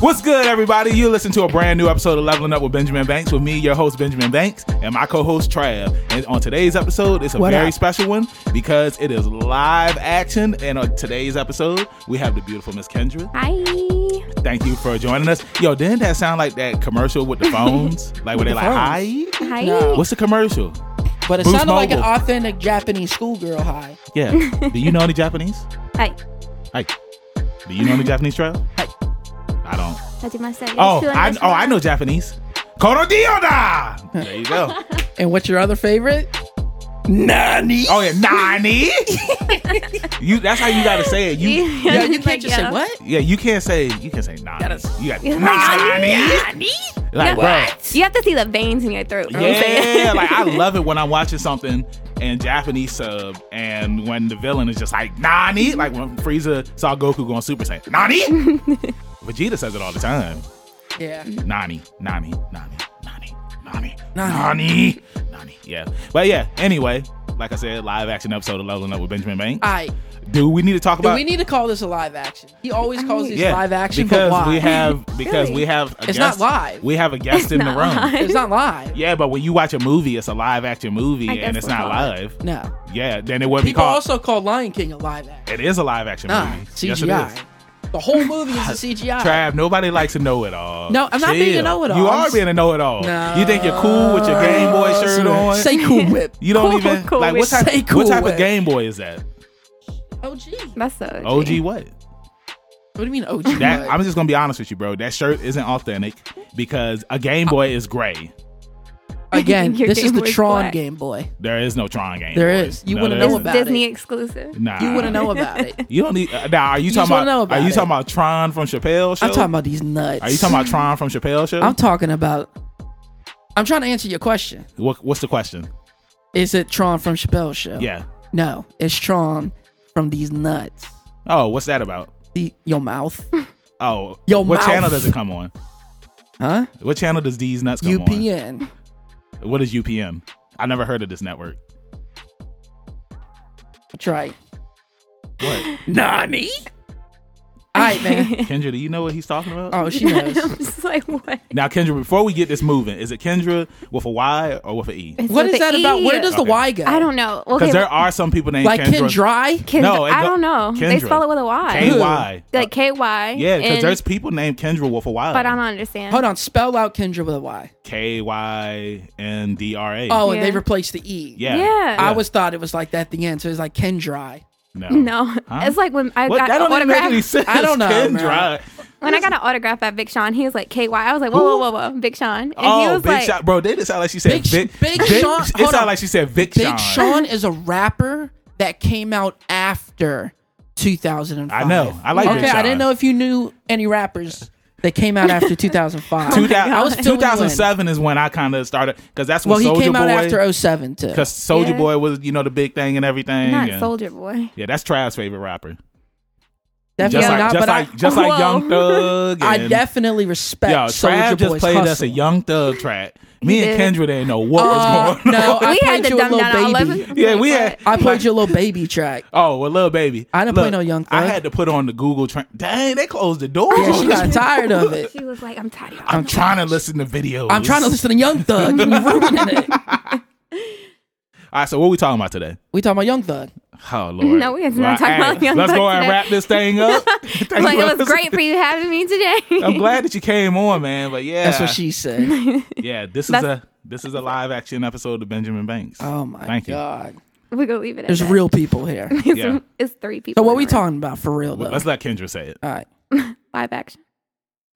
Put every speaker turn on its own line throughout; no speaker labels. What's good, everybody? You listen to a brand new episode of Leveling Up with Benjamin Banks with me, your host Benjamin Banks, and my co-host Trav. And on today's episode, it's a
What
very
up?
special one because it is live action. And on today's episode, we have the beautiful Miss Kendra.
Hi.
Thank you for joining us. Yo, didn't that sound like that commercial with the phones? like where they
the
like, "Hi."
Hi.
No.
What's the commercial?
But it
Boost
sounded like an
Mobile.
authentic Japanese schoolgirl high.
Yeah. Do you know any Japanese?
Hi.
Hey, do you know any Japanese, Trav?
Hey.
I don't.
하지마세요.
Oh, I, oh, I know Japanese. Korodioda! There you go.
And what's your other favorite? Nani.
Oh yeah, nani. you that's how you gotta say it. You yeah,
Yeah, you can't just say
yeah.
what?
you can't say you can say nani.
Gotta-
you got
Yeah.
nani. Like bruh.
You have to see the veins in your throat. when you say it.
Yeah, like I love it when I'm watching something in Japanese sub and when the villain is just like nani, like when Frieza saw Goku going Super Saiyan, nani. Vegeta says it all the time.
Yeah.
Nani, Nani, Nani, Nani, Nani,
Nani.
Nani, Nani. Yeah. But yeah, anyway, like I said, live action episode of Leveling Up with Benjamin Banks.
All right.
Do we need to talk
Uh, Do
about
we need to call this a live action? He always calls these
yeah,
live action,
because
but why?
we have because we
Really?
have a
It's not
guest,
live.
We have a guest in the room.
it's not live.
Yeah, but when you watch a movie, it's a live action movie
I
and
guess
it's
we'll
not
call it.
live.
No.
Yeah, then it would be
People
called.
also Ah, call Lion King a live action.
it is a live action
Nah,
movie.
CGI.
Mm-hmm. Yes, it is.
The whole movie is a CGI.
Trav, nobody likes to know it all.
No, I'm not being a know-it-all.
You
I'm
are
s-
being a know it all.
No.
You think you're cool with your Game Boy shirt on.
Say cool whip.
You don't
Cool,
even
cool
like what
with-
type,
Say
what
cool
type of
with.
Game Boy is that?
OG. What
That's so OG.
OG what?
do you mean OG?
That
Like,
I'm just gonna be honest with you, bro. That shirt isn't authentic because a Game Boy is gray.
Again,
Your
this is
Game
the
Boy's
Tron
black.
Game Boy.
There is no Tron Game.
There
Boy.
is. You
No,
wouldn't
there
know
isn't.
about
Disney
it.
exclusive.
Nah,
You wouldn't know about it.
You don't need. Uh, now, are you,
just
talking about?
wanna know about
are you
it.
talking about Tron from Chappelle show?
I'm talking about these nuts.
Are you talking about Tron from Chappelle show?
I'm talking about. I'm trying to answer your question.
what, what's the question?
Is it Tron from Chappelle's show?
Yeah.
No, it's Tron from these nuts.
Oh, what's that about?
The, your mouth,
Oh,
Yo,
what
mouth.
channel does it come on?
huh?
What channel does these nuts come
UPN.
on? What is UPN? I never heard of this network.
That's right.
What?
Nani. All right, man.
Kendra, do you know what he's talking about?
Oh, she knows.
I'm just like, what?
Now, Kendra, before we get this moving, is it Kendra with a Y or with an E?
It's
What
with
is
the
that about?
E.
Where does the
Okay.
Y go?
I don't know. Okay,
Because there are some people named
like
Kendra.
Ken Dry.
Kendra-
No, it
I
go-
don't know. They
Kendra.
spell it with a Y.
K Y. Uh,
Like K Y.
Yeah, because
and-
there's people named Kendra with a Y.
But I don't understand.
Hold on. Spell out Kendra with a Y.
K Y N D R A.
Oh, and they
Yeah.
replaced the E.
yeah.
Yeah.
I always thought it was like that at the end, so it's like Ken Dry.
No.
No,
Huh?
it's like when I
What?
got
That
an
don't even make
autograph.
any sense.
I don't know,
Kendra.
When I got an autograph at Big Sean, he was like KY. I was like, whoa, whoa, whoa, whoa, Big Sean. And he
Oh,
was
Big
like,
Sean. Bro, did it sound like she said
Big-
Vic?
Big
Vic-
Sean-
It
hold
sounded
on.
like she said Vic
Big
Sean.
Sean is a rapper that came out after 2005.
I know. I like
okay,
Big Sean.
I didn't know if you knew any rappers that came out after 2005.
Two thou-
I was filling you in.
2007 is when I kind of started because that's
Well,
when
he
Soldier
came
Boy.
out after 07 too.
because Soldier
Yeah.
Boy was, you know, the big thing and everything.
not
and-
Soldier Boy.
Yeah, that's Trav's favorite rapper.
Definitely
Just
Yeah,
like,
not,
just
but
like,
I,
just like
Whoa.
Young Thug.
I
and-
definitely respect
Yo,
Soldier
Trav just
Boy's
played
hustle.
us a Young Thug track. Me
He
and
did.
Kendra didn't know what
Uh,
was going on.
no, I
we
played
had to
you a
dumb
little
down all of
baby.
it.
Yeah, we
Like,
had-
what?
I played you a little baby track.
Oh, well, little baby.
I didn't play no Young
I
Thug.
had to put on the Google track. Dang, they closed the door.
Yeah, she got tired of it.
She was like, I'm tired. Of
I'm trying to listen to videos.
I'm trying to listen to Young Thug. You ruining it.
All right, so what we talking about today?
We talking about Young Thug.
Oh Lord!
No, we is not talking about Young
Let's
Thug
go and
today.
wrap this thing up. Thank you
like,
for
it was
listening.
great for you having me today.
I'm glad that you came on, man. But yeah,
That's what she said.
Yeah, this is
That's-
a this is a live action episode of Benjamin Banks.
Oh my
Thank you.
god.
We're going to leave it at
There's
that.
real people here.
It's,
Yeah.
it's three people.
So what
in
we
the room.
talking about for real though?
Let's let Kendra say it.
All right.
Live action.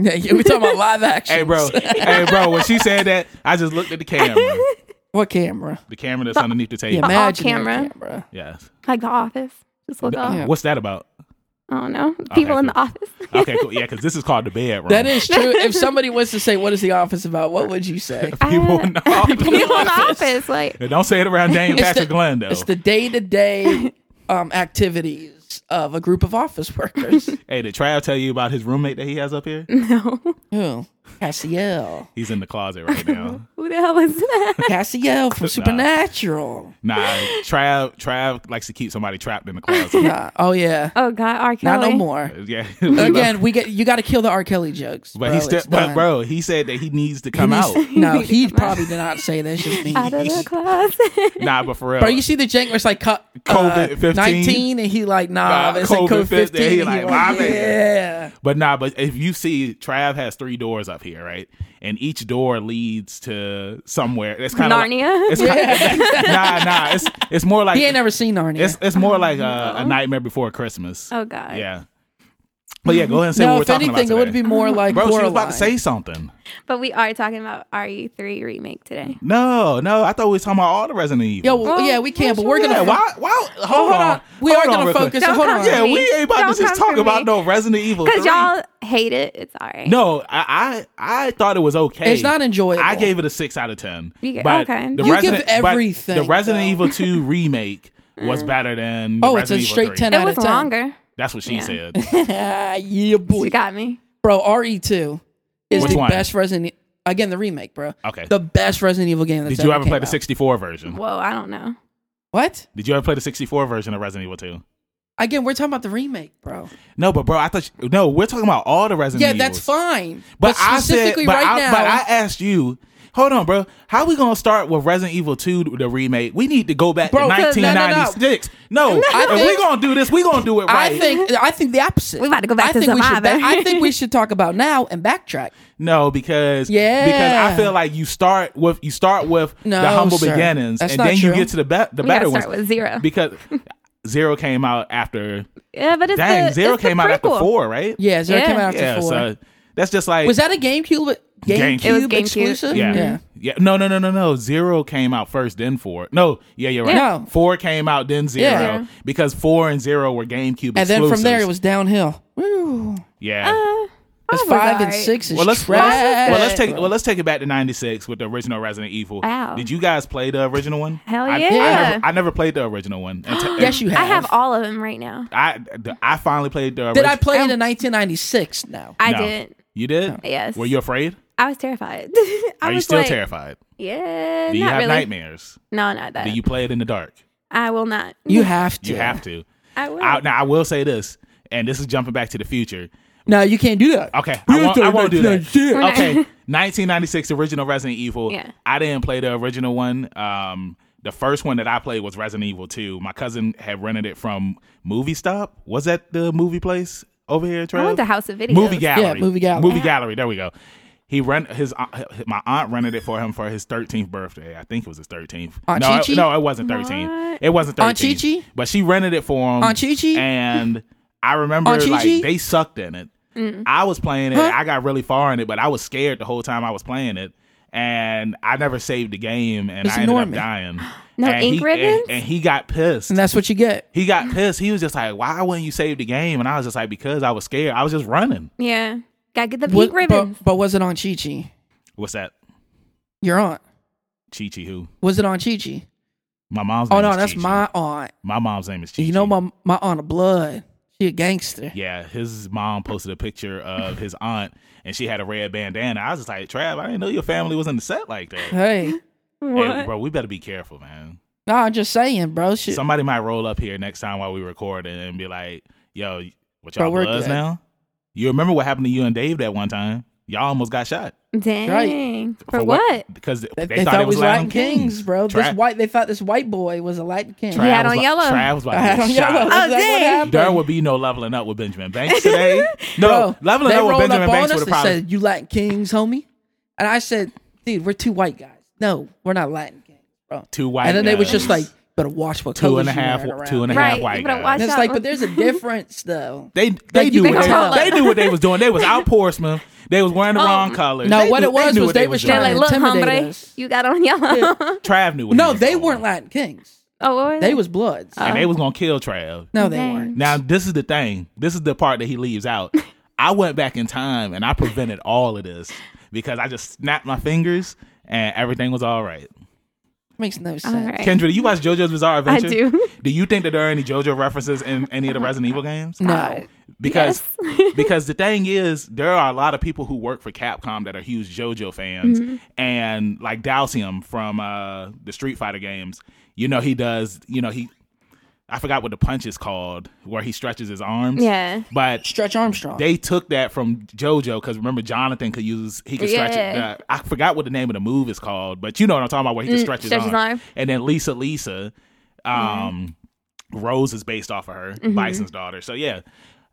Yeah, yeah, we talking about live action.
Hey, bro. hey, bro. When she said that, I just looked at the camera,
What camera?
the camera that's underneath the
Yeah,
table.
imagine
camera.
camera.
Yes.
Like The Office. Just look up.
What's that about?
I don't know. People in
cool.
the office.
Okay, cool. Yeah, because this is called the bedroom.
That is true. if somebody was to say, "What is the office about?" What would you say?
people in the office.
People in the office. Like,
Don't say it around Dame Patrick
the,
Glenn though.
It's the day-to-day um, activities of a group of office workers. Mm.
hey, did Trav tell you about his roommate that he has up here?
no.
Who? Cassiel.
He's in the closet right now.
Who the hell is that?
Cassiel from Supernatural.
nah, Trav, Trav likes to keep somebody trapped in the closet.
Nah, oh yeah.
Oh God, R. Kelly.
Not no more.
yeah.
Again, we get you got to kill the R. Kelly jokes.
But
bro.
he still,
It's
but
done.
bro, he said that he needs to
He
come
needs-
out.
No,
needs to
he
come out.
probably did not say that. It's just me.
Out of the closet.
nah, but for real,
Bro, you see the jank where it's like co- uh,
COVID-15?
19 and he like, nah,
Nah,
but it's like COVID 15.
COVID-15, he like, my man.
yeah.
But nah, but if you see Trav has three doors up here, right? And each door leads to somewhere. It's kind of
Narnia?
it's kinda, nah, nah. It's it's more like
He ain't never seen Narnia.
it's it's more like a, a Nightmare Before Christmas.
Oh God.
Yeah. But yeah, go ahead and say what
no,
we're
if
talking
anything, it
about
would
today.
be more like
Bro, she was about
Coraline.
to say something.
But we are talking about RE3 remake today.
No, no, I thought we were talking about all the Resident
Yo,
Evil.
well,
Well,
yeah, we can, but
what's
we're
your
going
yeah,
to.
why? Why? Hold,
Hold on. We are
Hold
gonna
real quick.
focus- hold on.
Yeah,
me.
we ain't about
Don't
to just
come
talk
for
about
me.
no Resident Evil.
Because
3.
y'all hate it. It's all right.
No, I, I I thought it was okay.
It's not enjoyable.
I gave it a six out of ten.
You get-
but
okay.
The
You
Resident,
give
but
everything,
The Resident
though.
Evil Two remake was
Mm.
better than. the
Oh, it's
Resident
a
Evil
straight
3.
10
It
out
was
of 10.
longer.
That's what she
Yeah.
said.
yeah, boy.
You got me.
Bro, RE2 is
Which
the
one?
best Resident E, Again, the remake, bro.
Okay.
The best Resident Evil game that's
Did you
ever
ever play the
six?
64 version?
Whoa, I don't know.
What?
Did you ever play the 64 version of Resident Evil 2?
Again, we're talking about the remake, bro.
No, but bro, I thought you, no. We're talking about all the Resident
Yeah,
Evils.
that's fine.
But, I said,
specifically
but,
right
I,
now,
but I asked you. Hold on, bro. How we gonna start with Resident Evil 2, the remake? We need to go back
Bro,
to
no, no, no.
1996. No,
I
if
think-
we gonna do this, we gonna do it right.
I think I think the opposite.
We about to go back
I
to
think we should
Survivor.
I think we should talk about now and backtrack.
No, because
Yeah.
because I feel like you start with you start with
No,
the humble
sir.
beginnings,
That's
and
not
then
true.
you get to the be- the
We
better
gotta
ones
start with zero.
because zero came out after
Yeah, but it's
dang
the,
zero
it's the
came out after
prequel.
four, right?
Yeah, zero
Yeah.
came out after
yeah.
four.
So that's just like
was that a GameCube
GameCube.
GameCube,
It
was GameCube.
exclusive?
yeah. yeah. no, no, no, no, no. Zero came out first, then four. No, yeah, you're right.
Yeah. No.
Four came out, then zero,
Yeah.
because four and zero were GameCube
And then from there it
exclusives.
was downhill. Woo.
yeah.
Because
Uh, was
five and
alright.
six is
well, let's well,
trash.
let's- well, let's take well, let's take it back to '96 with the original Resident Evil.
Wow.
Did you guys play the original one?
Hell
I- I,
yeah.
never, I never played the original one. Until- uh,
yes, you have.
I have all of them right now.
I the- I finally played the.
Did I
orig-
play it in 1996? No.
I
No.
did. Oh,
You did.
Yes.
Were you afraid?
I was terrified. I
Are you
was
still
like,
terrified?
Yeah,
Do you
not
have
really. Uh,
nightmares?
No, not that.
Do you play it in the dark?
I will not.
You have to.
You have to.
I will.
I, now I will say this, and this is jumping back to the future.
No, you can't do that.
Okay, I won't, I won't do
Yeah.
that.
not-
Okay, 1996 original Resident Evil.
Yeah.
I didn't play the original one. Um, the first one that I played was Resident Evil 2. My cousin had rented it from Movie Stop. Was that the movie place over here, Trev?
I went to House of Videos.
Movie Gallery.
Yeah, Movie Gallery.
Movie Gallery. There we go. He rent his aunt- my aunt rented it for him for his 13th birthday. I think it was his 13th.
Aunt
no,
Chi-Chi?
it, no, it wasn't 13.
What?
It wasn't 13.
Aunt Chi-Chi?
But she rented it for him.
Aunt Chi-Chi?
And I remember
Aunt Mm.
like
Chi-Chi?
they sucked in it. I was playing it. I got really far in it, but I was scared the whole time I was playing it. And I never saved the game, and
It's
I ended
Norman.
up dying.
No
and
ink
he,
ribbons?
And, and he got pissed
And that's what you get.
he got pissed. He was just like, "Why wouldn't you save the game?" And I was just like, "Because I was scared. I was just running."
Yeah. Gotta get the
What-
pink ribbon.
But, but was it on Chi Chi?
What's that?
Your aunt.
Chi Chi who?
Was it on Chi Chi?
My mom's.
Oh
name
no,
is
that's
Chi-Chi.
my aunt.
My mom's name is Chi.
You know my my aunt of blood. She a gangster.
Yeah, his mom posted a picture of his aunt, and she had a red bandana. I was just like, "Trav, I didn't know your family was in the set like that."
Hey,
Hey, bro, we better be careful, man.
no, I'm just saying, bro. Shit.
Somebody might roll up here next time while we record and be like, "Yo, what
Bro,
y'all
we're
bloods
good.
now?" You remember what happened to you and Dave that one time? Y'all almost got shot.
Dang. For,
For
what?
Because they,
they,
they thought, it was Latin, Kings,
bro.
Tra-
this white, they thought this white boy was a Latin king.
Trav
had
was
on
like-
yellow.
Trav was about to
I had
get
on
shot.
yellow.
Oh,
Is that what
dang.
happened?
There would be no leveling up with Benjamin Banks today. No,
Bro,
leveling
they
up with
rolled
Benjamin
up
Banks
on us
would
and
probably.
said, "You Latin Kings, homie," and I said, "Dude, we're two white guys. No, we're not Latin Kings, bro."
two white.
And then they was just like,
guys,
"Better watch what
two and
colors
a
you
half,
wearing around."
two and a half
Right,
white
but I
guys.
And it's
Watch
like,
out.
but there's a difference though.
They they
you
knew
can
what
tell.
they, they knew what they was doing. They was out Portsmouth. They was wearing the wrong colors.
Oh. No,
They
what
knew-
it was
knew
was
what
they was
They're
trying
doing.
like,
to
look,
intimidate
hombre,
us.
you got on yellow.
Trav knew. What
No,
he
they
was
weren't
doing.
Latin Kings.
oh, what were
They was Bloods.
and they was gonna kill Trav.
no, they
Oh, Dang.
weren't.
Now this is the thing. This is the part that he leaves out. I went back in time and I prevented all of this because I just snapped my fingers and everything was all right.
Makes no sense.
All right.
Kendra, do you watch JoJo's Bizarre
I
Adventure?
do.
Do you think that there are any JoJo references in any of the Resident Evil games?
No.
Because
Yes.
because the thing is, there are a lot of people who work for Capcom that are huge JoJo fans,
Mm-hmm.
and like Dalsium from uh, the Street Fighter games, you know he does. You know he, I forgot what the punch is called, where he stretches his arms.
Yeah.
But
Stretch Armstrong.
they took that from JoJo because remember Jonathan could use he could stretch it.
Yeah. Mm,
uh, I forgot what the name of the move is called, but you know what I'm talking about where he can stretch, his,
stretch
arm.
his arm. Mm-hmm.
And then Lisa Lisa, um, Rose is based off of her Bison's daughter. So yeah,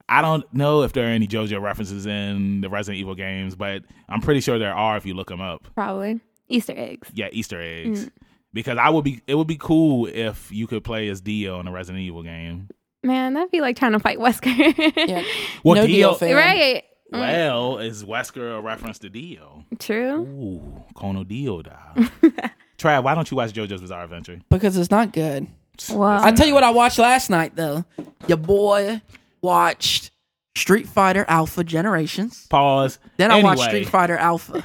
I don't know if there are any JoJo references in the Resident Evil games, but I'm pretty sure there are if you look them up.
Probably. Easter eggs.
Yeah, Easter
Mm.
eggs. Because I would be, it would be cool if you could play as Dio in a Resident Evil game.
Man, that'd be like trying to fight Wesker.
yeah.
Well,
no
Dio-
deal fan.
Right.
Well, is Wesker a reference to Dio?
True.
Ooh, Kono Dio da. Trav, why don't you watch JoJo's Bizarre Adventure?
Because it's not good.
Wow.
I tell you what I watched last night though. Your boy watched Street Fighter Alpha Generations.
Pause.
Then I watched
Anyway,
Street Fighter Alpha.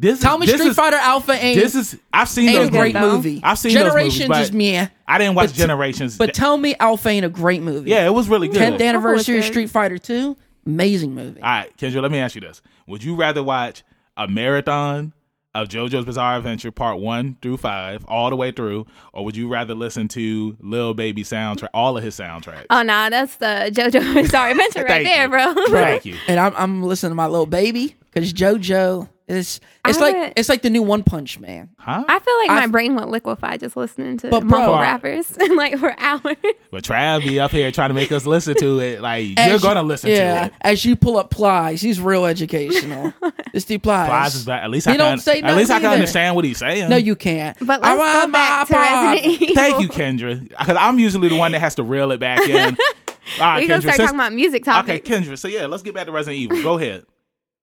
This
Tell me
this
Street
is,
Fighter Alpha ain't,
This is I've seen
ain't
those
a great
movies.
movie.
I've seen those
Generations
movies, but-
is meh.
I didn't watch
But-
Generations.
But tell me Alpha ain't a great movie.
yeah, it was really good.
10th anniversary of
good.
Street Fighter 2, amazing movie.
All right, Kendra, let me ask you this: Would you rather watch a marathon of JoJo's Bizarre Adventure Part One through Five, all the way through, or would you rather listen to Lil Baby soundtrack, all of his soundtracks?
Oh nah, that's the JoJo Bizarre Adventure
Thank
right
you.
there, bro.
Thank you.
And I'm, I'm listening to my little baby because JoJo is it's
I
like
would-
it's like the new One Punch Man.
Huh?
I feel like
I-
my brain went liquefied just listening to
But,
but,
bro,
mumble
I-
rappers like for hours.
But Trav be up here trying to make us listen to it. Like
As
you're
you-
gonna listen to
yeah,
it.
as you pull up Plies, he's real educational. this dude Plies.
Plies is back. At least
He
I can.
don't say
at least I can
nothing either.
understand what he's saying.
No, you can't.
But
I
let's go
ride my
back to
iPod.
Resident Evil.
Thank you, Kendra. Because I'm usually the one that has to reel it back in. All right,
We
Kendra.
gonna start
since-
talking about music
okay,
topics.
Kendra. So yeah, let's get back to Resident Evil. Go ahead.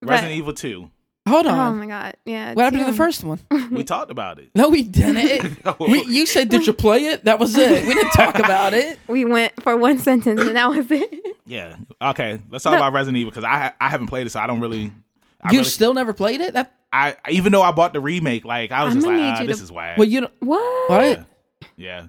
Resident Evil Two.
Hold
Oh
on.
my god. Yeah.
what happened to
damn.
the first one?
We talked about it.
No, we didn't. we, you said, did you play it? That was it. We didn't talk about it.
We went for one sentence and that was it.
Yeah. Okay. Let's talk
No.
about Resident Evil because I ha- I haven't played it, so I don't really. I,
you
really,
still never played it? That
I even though I bought the remake, like I was
I'm
just
gonna
like,
need
ah,
you
this
to-
is whack.
well, you don't.
What?
What?
Yeah.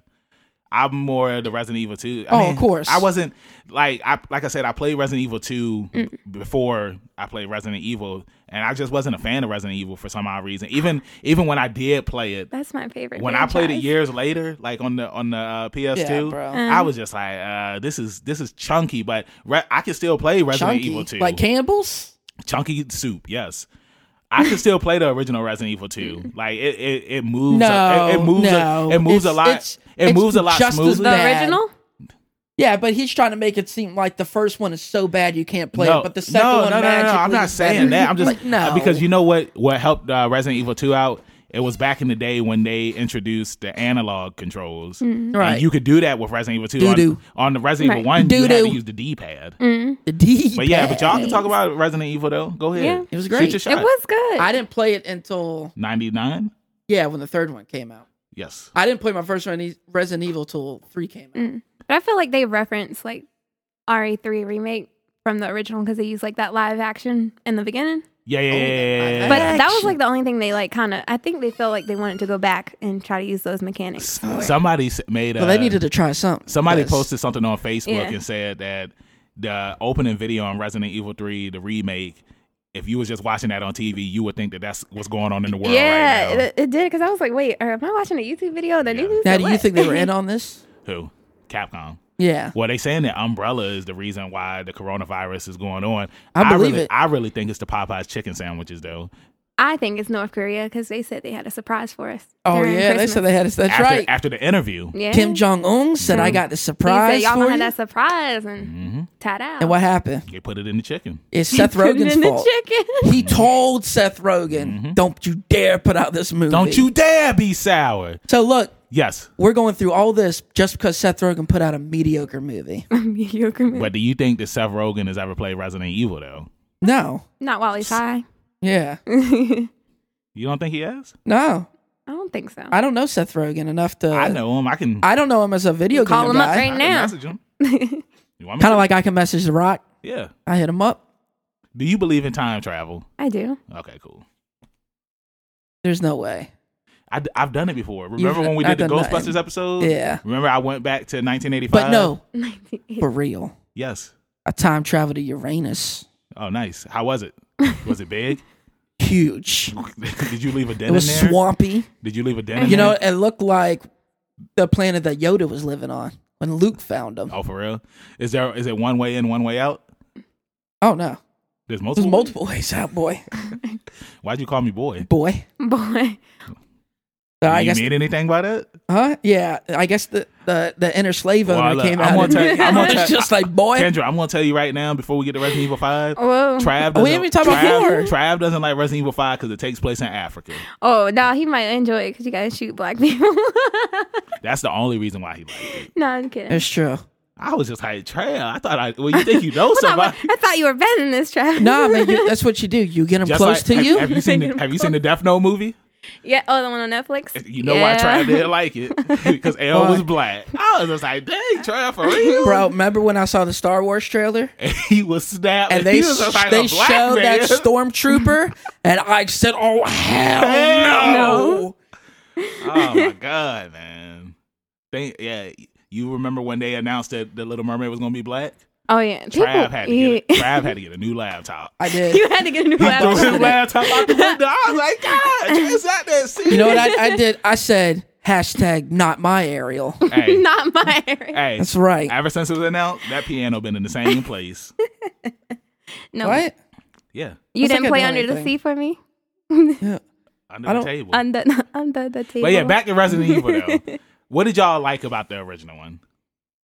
I'm more the Resident Evil 2. I
Oh, of course.
I wasn't like I like I said I played Resident Evil 2
Mm.
before I played Resident Evil and I just wasn't a fan of Resident Evil for some odd reason. Even even when I did play it
That's my favorite.
when I played it
franchise.
years later like on the on the uh,
Yeah,
PS2
bro. Uh-huh.
I was just like uh, this is this is chunky but re- I can still play Resident Evil 2
Chunky. Like Campbell's?
chunky soup. Yes, I can still play the original Resident Evil 2. Like it, it, it moves.
No,
it, it moves.
no.
a, it moves a
It's-
lot.
it's-
it
it's
moves a lot
just as
smoother.
the
bad.
original?
Yeah, but he's trying to make it seem like the first one is so bad you can't play
no,
it, but the second
no,
one
no, no, no, no, I'm
magically
not
is
saying
better.
that. I'm just uh,
Like, no
because you know what? What helped uh, Resident Evil 2 out? It was back in the day when they introduced the analog controls.
Mm-hmm. right.
And you could do that with Resident Evil 2 on,
Doo-doo.
on the Resident Evil 1
Right.
you had to
Doo-doo. Mm,
use the D-pad.
the D.
But yeah, but y'all can talk about Resident Evil though. Go ahead.
Yeah.
It was
Shoot
great.
your
It
shot.
It was good.
I didn't play it until
99?
yeah when the third one came out.
Yes.
I didn't play my first Rene- Resident Evil till three came out.
but I feel like they reference like RE3 remake from the original because they use like that live action in the beginning.
Yeah,
Oh,
yeah, yeah, yeah, yeah.
But that was
Action.
like the only thing they like kind of. I think they felt like they wanted to go back and try to use those mechanics.
Somebody s- made a.
Well, they needed to try something.
somebody
'cause-
posted something on Facebook
Yeah.
and said that the opening video on Resident Evil Three, the remake. If you was just watching that on TV, you would think that that's what's going on in the world
yeah,
right now.
it, it did because I was like, wait, or am I watching a YouTube video? The news?
Now,
or
do you
what?
think they were in on this?
Who? Capcom.
Yeah.
Well, they saying that Umbrella is the reason why the coronavirus is going on.
I believe
really,
it.
I really think it's the Popeyes chicken sandwiches, though.
I think it's North Korea because they said they had a surprise for us.
Oh
during
yeah, they
Christmas.
said they had. That's
after,
right.
After the interview,
Yeah.
Kim Jong Un said, "I got the
He
surprise
said, y'all
for
gonna
you." Mm-hmm.
have that surprise and tied out.
and what happened?
they put it in the chicken.
It's Seth Rogen's
in
fault.
the chicken.
He told Seth Rogen, "Don't you dare put out this movie."
Mm-hmm. Don't you dare be sour.
So look,
Yes,
we're going through all this just because Seth Rogen put out a mediocre movie.
Mediocre
Hmm.
man.
but do you think that Seth Rogen has ever played Resident Evil though?
No.
Not while he's high.
Yeah.
You don't think he has?
No.
I don't think so.
I don't know Seth Rogen enough to.
I know him. I can
I don't know him as a video
Call
game
him up
guy.
I
right
can
now.
message him. You want me
Kind of like I can message The Rock.
Yeah.
I hit him up.
Do you believe in time travel?
I do.
Okay, cool.
There's no way.
I, have done it before. Remember when we
I've
did the
done nothing.
Ghostbusters episode?
Yeah.
Remember I went back to 1985.
But no,
It
for real.
Yes.
I time traveled to Uranus.
Oh, nice. How was it? Was it big?
Huge.
did you leave a
It
den in
was
there?
swampy.
Did you leave a den? In
You know,
there?
it looked like the planet that Yoda was living on when Luke found him.
Oh, for real? Is there? Is it one way in, one way out?
Oh no,
There's
there's
multiple.
multiple ways out, boy.
Why'd you call me boy?
Boy,
boy.
So I
you
guess,
mean anything by that?
huh? Yeah, I guess the the, the inner slave
Well,
owner
look, I'm
came out.
gonna
and-
tell you- I'm gonna
It's
tell you-
just like boy.
Kendra, I'm gonna tell you right now before we get to Resident Evil Five.
Whoa.
Trav
Oh,
doesn't,
we haven't talked about horror.
Trav, Trav doesn't like Resident Evil 5 because it takes place in Africa.
oh, no, he might enjoy it because you got to shoot black people.
That's the only reason why he liked it.
no, I'm kidding.
It's true.
I was just like, Trav, I thought I, well, you think you know
I thought,
somebody.
I thought you were better than this, Trav.
No, man, you, that's what you do. You get them
Just
close
like-
to
have,
you.
Have you seen the, have you seen the Death Note movie?
Yeah. Oh, the one on Netflix.
You know
yeah.
why Trav didn't like it because L
Why?
was black. I was just like, dang, Trav for real.
Bro, remember when I saw the Star Wars trailer
And he was snapped.
and they
he was just like
they
a black
showed
man.
that stormtrooper and I said, "Oh hell,
Hell
no!"
oh my god, man. They, yeah, you remember when they announced that the Little Mermaid was gonna be black?
Oh yeah.
Trav had to
yeah.
get Trav had to get a new laptop.
I
you
did.
had to get a new
He threw
laptop.
his laptop out the window. I was like, God, is that that scene?
You know what I, I did? I said hashtag not my Ariel.
hey,
Not my area.
hey,
That's right.
ever since it was announced, that piano been in the same place.
No,
What?
Yeah,
you
That's
didn't
like
play
a
under the
thing.
sea for me.
Yeah. I
under the
don't-
table.
Under under the table.
But yeah, back to Resident Evil though. What did y'all like about the original one?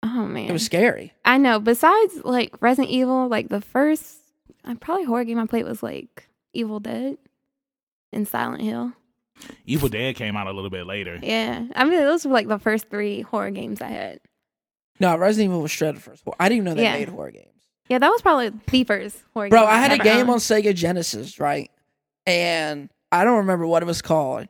Oh man,
It was scary.
I know. Besides like Resident Evil, like the first, I probably horror game I played was like Evil Dead and Silent Hill.
Evil Dead came out a little bit later.
Yeah, I mean those were like the first three horror games I had.
No, Resident Evil was shredded first. Well, I didn't even know they
Yeah.
made horror games.
Yeah, that was probably the first horror.
Bro,
game
I had a
ever
game on
owned.
Sega Genesis, right? And I don't remember what it was called,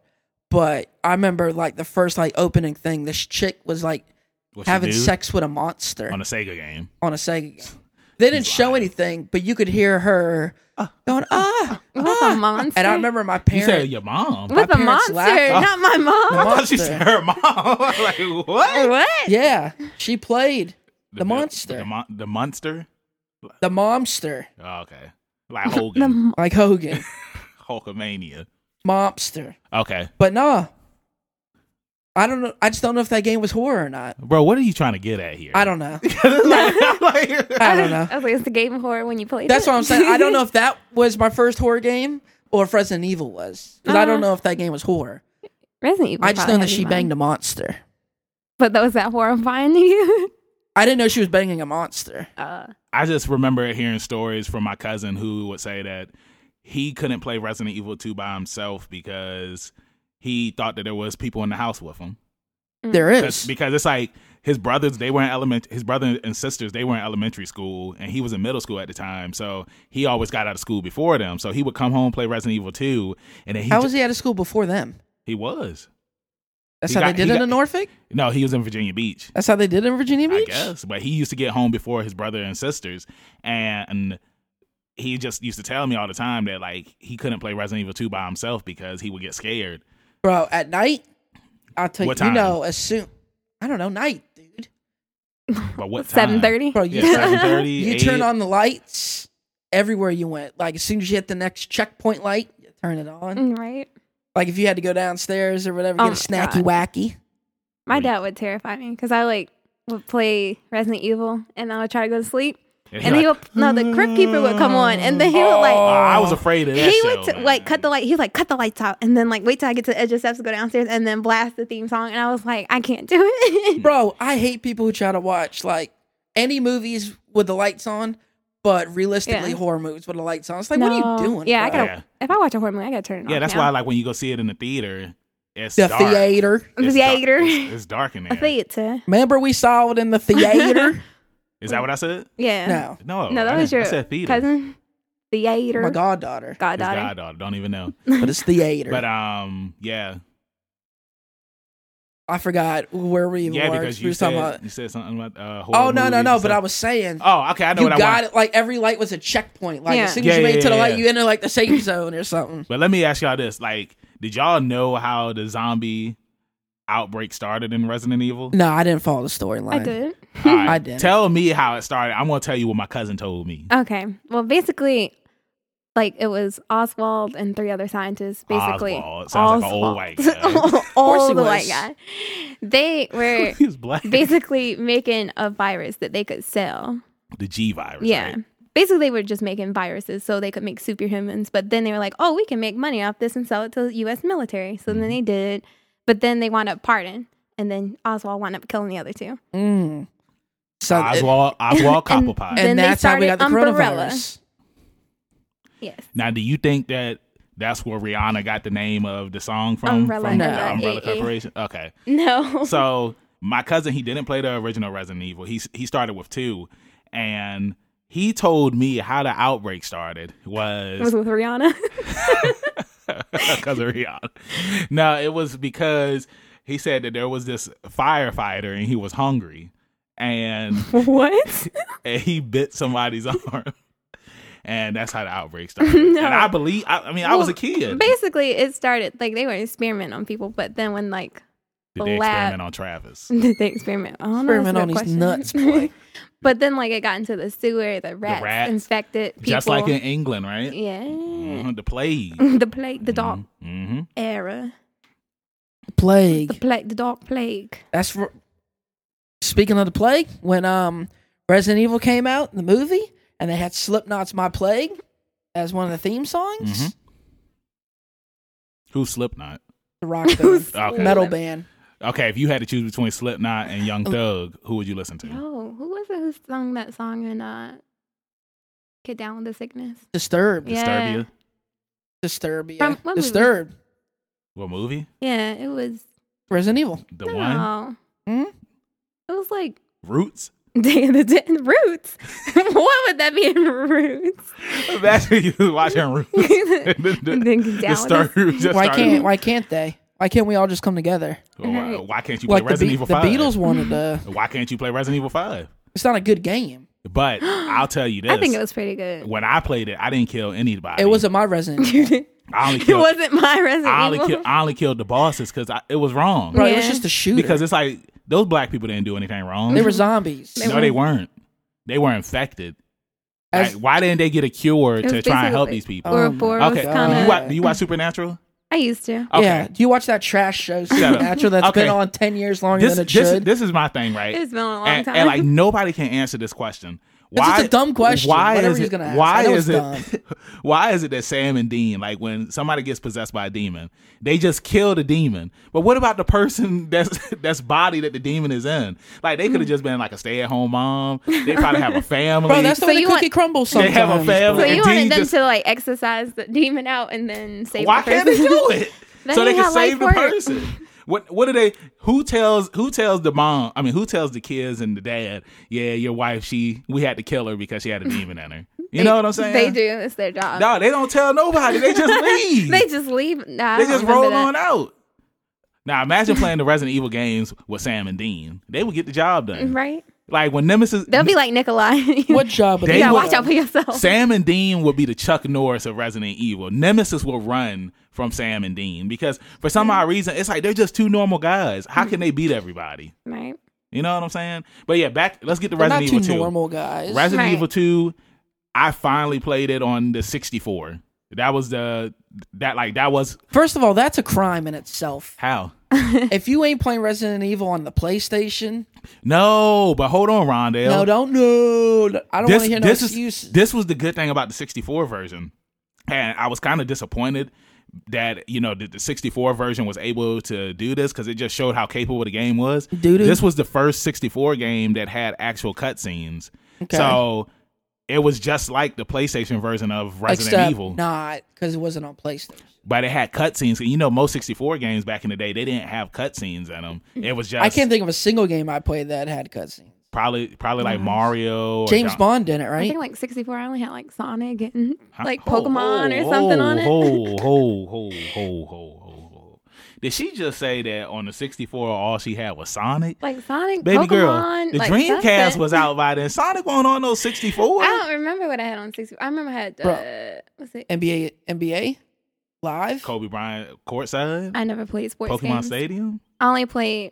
but I remember like the first like opening thing. This chick was like
What you
having
do
sex with a monster
on
on
a Sega game.
a, Sega game. They didn't show anything, but you could hear her going ah,
With
ah."
a monster.
And I remember my
You said
parents.
your mom.
with a
parents
monster,
laughed.
not my mom.
I thought she said her mom. like what?
What?
Yeah, she played The
mon-
monster.
The, mon- the monster.
the monster,
Oh, okay, like
The
Hogan,
m-
like Hogan,
Hulkamania.
monster.
Okay,
But nah, I don't know. I just don't know if that game was horror or not.
bro, what are you trying to get at here?
I don't know.
like, like-
I don't know.
I was like, it's the game horror when you play.
That's
it.
what I'm saying. I don't know if that was my first horror game or if Resident Evil was. 'Cause I don't
Uh-huh.
know if that game was horror.
Resident Evil.
I just know that she banged a monster.
But that was that horrifying to you.
I didn't know she was banging a monster.
Uh,
I just remember hearing stories from my cousin who would say that he couldn't play Resident Evil 2 by himself because he thought that there was people in the house with him.
There
That's
is.
because it's like his brothers they were in element his brother and sisters they were in elementary school and he was in middle school at the time so he always got out of school before them so he would come home play Resident Evil 2 and then he
How
ju-
was he out of school before them?
he was
That's
He
how
got-
they
he
did it
got-
in Norfolk?
no he was in Virginia Beach
That's how they did it in Virginia Beach?
I guess. But he used to get home before his brother and sisters, and he just used to tell me all the time that like he couldn't play Resident Evil Two by himself because he would get scared.
Bro, at night, I'll tell
What
you,
time?
you know, as soon, I don't know, night, dude.
But what time?
seven thirty.
Bro, you,
Yeah, seven thirty.
you turn on the lights everywhere you went. Like, as soon as you hit the next checkpoint light, you turn it on.
Right.
Like, if you had to go downstairs or whatever,
Mm. Oh
get a
my
snacky wacky.
My
Wait.
dad would terrify me because I like would play Resident Evil and I would try to go to sleep. And he would no, the crypt keeper would come on and then he would like
"Oh, I was afraid of that.
he
show,
would t-
man.
like cut the light. He was like cut the lights out and then like wait till I get to the edge of the steps to go downstairs and then blast the theme song. And I was like, I can't do it.
Bro, I hate people who try to watch like any movies with the lights on, but realistically
Yeah.
horror movies with the lights on. It's like, what
No.
are you doing?
Yeah, I
bro?
gotta.
Yeah.
If I watch a horror movie, I gotta turn it off.
Yeah, that's
now.
why like when you go see it in the theater, it's
the
dark.
theater.
It's dark-
Theater.
It's, it's dark in
a
there.
theater.
Remember we saw it in the theater?
Is that what I said?
Yeah.
no.
No,
No, that
I
was
didn't-
your
I said theater.
cousin. Theater.
Oh My goddaughter.
His
Goddaughter.
goddaughter. Don't even know.
But it's theater.
But um, yeah,
I forgot where we even
yeah,
were.
because
we
you
were talking
said
about
you said something about uh.
Oh
horror
no, no,
movies
no.
and
But
stuff.
I was saying
Oh, okay, I know
you
what I
got
want.
it like every light was a checkpoint. Like
Yeah.
as soon
Yeah,
as you
yeah,
made it to the
yeah,
light,
yeah.
you enter like the safe zone or something.
But let me ask y'all this: like, Did y'all know how the zombie outbreak started in Resident Evil?
No, I didn't follow the storyline.
I did.
All right,
I didn't.
Tell me how it started. I'm gonna tell you what my cousin told me.
Okay. Well, basically, like it was Oswald and three other scientists. Basically,
Oswald. Sounds like an old white
Oswald.
guy.
course he
old
was.
white guy. They were
He's black.
basically making a virus that they could sell.
the G virus.
Yeah.
right?
Basically, they were just making viruses so they could make superhumans. But then they were like, oh, we can make money off this and sell it to the U.S. military. So then they did. But then they wound up parting. And then Oswald wound up killing the other two.
Mm. So it-
Oswald Oswald Cobblepot.
and
Then they
that's how we got
started
the
Umbrella.
coronavirus.
Yes.
Now, do you think that that's where Rihanna got the name of the song from?
Umbrella.
from
No.
the Umbrella
AA.
Corporation. Okay,
No.
so my cousin he didn't play the original Resident Evil. He he started with two, and he told me how the outbreak started
was
was
with Rihanna.
because of Rihanna. No, it was because he said that there was this firefighter and he was hungry, and
what?
and he bit somebody's arm. And that's how the outbreak started. And I believe, I, I mean, I was a
Well,
kid.
Basically, it started like they were experimenting on people, but then when like
Did they
lab-
experiment on Travis?
did they experiment? I don't know. That's
Experiment
a
on
good
these
question.
nuts, boy.
but then like it got into the sewer. The rats,
rats.
infected people.
Just like in England, right?
yeah,
Mhm, the plague.
the plague, the dark
Mm-hmm.
era, the
plague.
plague, the dark plague.
That's for, speaking of the plague. When um Resident Evil came out, the movie, and they had Slipknot's "My Plague" as one of the theme songs.
Mhm. Who's Slipknot?
The rock band,
Okay.
metal band.
Okay, if you had to choose between Slipknot and Young
Oh.
Thug, who would you listen to?
Yo, who was it who sung that song in uh, "Get Down with the Sickness"?
Disturbed.
Yeah.
Disturbia?
Disturbed. Yeah.
From what movie?
Disturbed.
What movie?
Yeah, it was.
Resident Evil.
The
no,
one?
Hmm?
it was like
Roots?
Day of the Dead Roots. what would that be in Roots?
Imagine you watching Roots.
And then get down with
Disturbed. Just
Why
started-
can't Why can't they? Why can't we all just come together?
Why, why can't you play
Like the,
Resident
Be-
Evil
the
5?
Beatles wanted to.
Why can't you play Resident Evil 5?
It's not a good game.
But I'll tell you this.
I think it was pretty good.
when I played it, I didn't kill anybody.
It wasn't my Resident. Evil.
it
I only killed,
wasn't my Resident
I only,
Evil.
kill, I only killed the bosses because it was wrong.
Bro, it was
Yeah.
just a shooter.
Because it's like those black people didn't do anything wrong.
they were zombies.
no, they weren't. They were infected.
As-
Like, why didn't they get a cure
It was
to try and help
basically-
these people?
Oh
Or
my
Boros
okay,
God.
you
kinda.
watch, do you watch Supernatural?
I used to.
Okay.
Yeah. Do you watch that trash show
up.
Supernatural that's
Okay.
been on ten years longer
This,
than it
this,
should?
this is my thing, right?
It's been a long
and,
time.
and, like nobody can answer this question.
It's just a dumb question,
Why
whatever
is
he's
it?
gonna ask. I
Why
know
is
it's
it? Why is it that Sam and Dean, like when somebody gets possessed by a demon, they just kill the demon? But what about the person that's that's body that the demon is in? Like they
Mm.
could have just been like a stay at home mom. They probably have a family.
Bro, that's the
So
way the
you
cookie
want-
crumbles
They
sometimes.
have a
so
family.
you
Indeed,
wanted them
just-
to like exercise the demon out and then save
Why
the
can't
person.
they do it?
That
so they
ain't
can
how
save
life
the
works.
person. What what do they who tells who tells the mom I mean who tells the kids and the dad, yeah, your wife, she we had to kill her because she had a demon in her. You know what I'm saying?
They do. It's their job.
No, they don't tell nobody. They just leave.
They just leave. Nah,
They just roll on out. Now imagine playing the Resident Evil games with Sam and Dean. They would get the job done.
Right?
Like when Nemesis
They'll be like Nikolai.
What job?
They
They
yeah,
will-
watch out for yourself.
Sam and Dean would be the Chuck Norris of Resident Evil. Nemesis will run from Sam and Dean because for some odd reason it's like they're just two normal guys. How can they beat everybody?
right?
You know what I'm saying? But yeah, back let's get to
They're not
Resident
two
Evil 2.
normal guys.
Resident
Right.
Evil 2, I finally played it on the 64. That was the that like that was
First of all, that's a crime in itself.
how?
if you ain't playing Resident Evil on the PlayStation,
No, but hold on, Rondell.
no, don't no. I don't want to hear no
this
excuses.
Is, this was the good thing about the 64 version. And I was kind of disappointed that, you know, the, the 64 version was able to do this because it just showed how capable the game was.
Doo-doo.
This was the first 64 game that had actual cutscenes.
Okay.
So it was just like the PlayStation version of Resident
Except
Evil,
not because it wasn't on PlayStation.
but it had cutscenes. And You know, most 64 games back in the day, they didn't have cutscenes in them. It was just
I can't think of a single game I played that had cutscenes.
probably probably like Mario or
James
Don-
Bond didn't,
I
right?
think like 64, I only had like Sonic and
Huh?
like
Mm-hmm. Ho,
Pokemon
ho,
or something on it.
Ho, ho, ho, ho, ho, ho, ho. Did she just say that on the 64 all she had was Sonic?
Like Sonic,
Baby
Pokemon.
girl, the
like,
Dreamcast
something.
was out by then. Sonic wasn't on no 64.
I don't remember what I had on 64. I remember I had,
Bro.
uh, what's it?
NBA, NBA. live.
Kobe Bryant courtside,
I never played sports
Pokemon
games.
Stadium.
I only played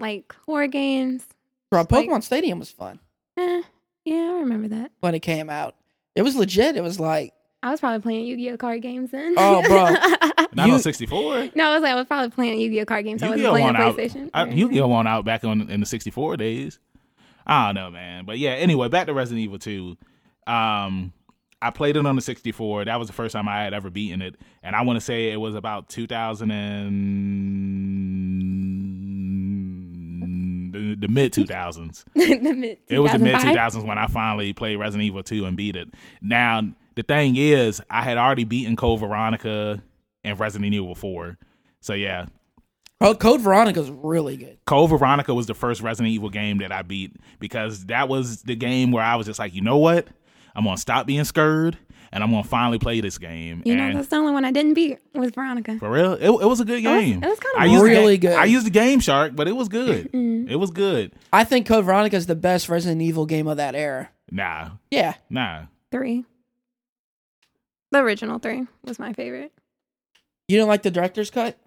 like horror games.
Bro, Pokemon
Like-
Stadium was fun
Eh, yeah, I remember that.
when it came out. It was legit. It was like
I was probably playing Yu-Gi-Oh card games then.
Oh, bro.
Not
You-
on sixty four.
no, I was like, I was probably playing Yu-Gi-Oh card games. I
Yu-Gi-Oh
wasn't
won out.
playing PlayStation. Yeah.
You get one out back on in the sixty four days. I don't know, man. But yeah, anyway, back to Resident Evil two. Um, I played it on the sixty four. That was the first time I had ever beaten it, and I want to say it was about two thousand and the, the mid two thousands.
the mid
It was the mid
2005.
2000s when I finally played Resident Evil 2 and beat it. Now, the thing is, I had already beaten Code Veronica and Resident Evil 4. So, yeah,
oh, Code Veronica's really good.
Code Veronica was the first Resident Evil game that I beat because that was the game where I was just like, you know what? I'm going to stop being scared and I'm going to finally play this game.
You know,
and
that's the only one I didn't beat was Veronica.
for real, it, it was a good
It was-
game.
it was kinda Mm,
I used the
really
ga-
good.
I used the Game Shark, but it was good. it was good.
I think Code Veronica is the best Resident Evil game of that era.
Nah,
Yeah,
nah.
Three. The original three was my favorite.
you didn't like the director's cut?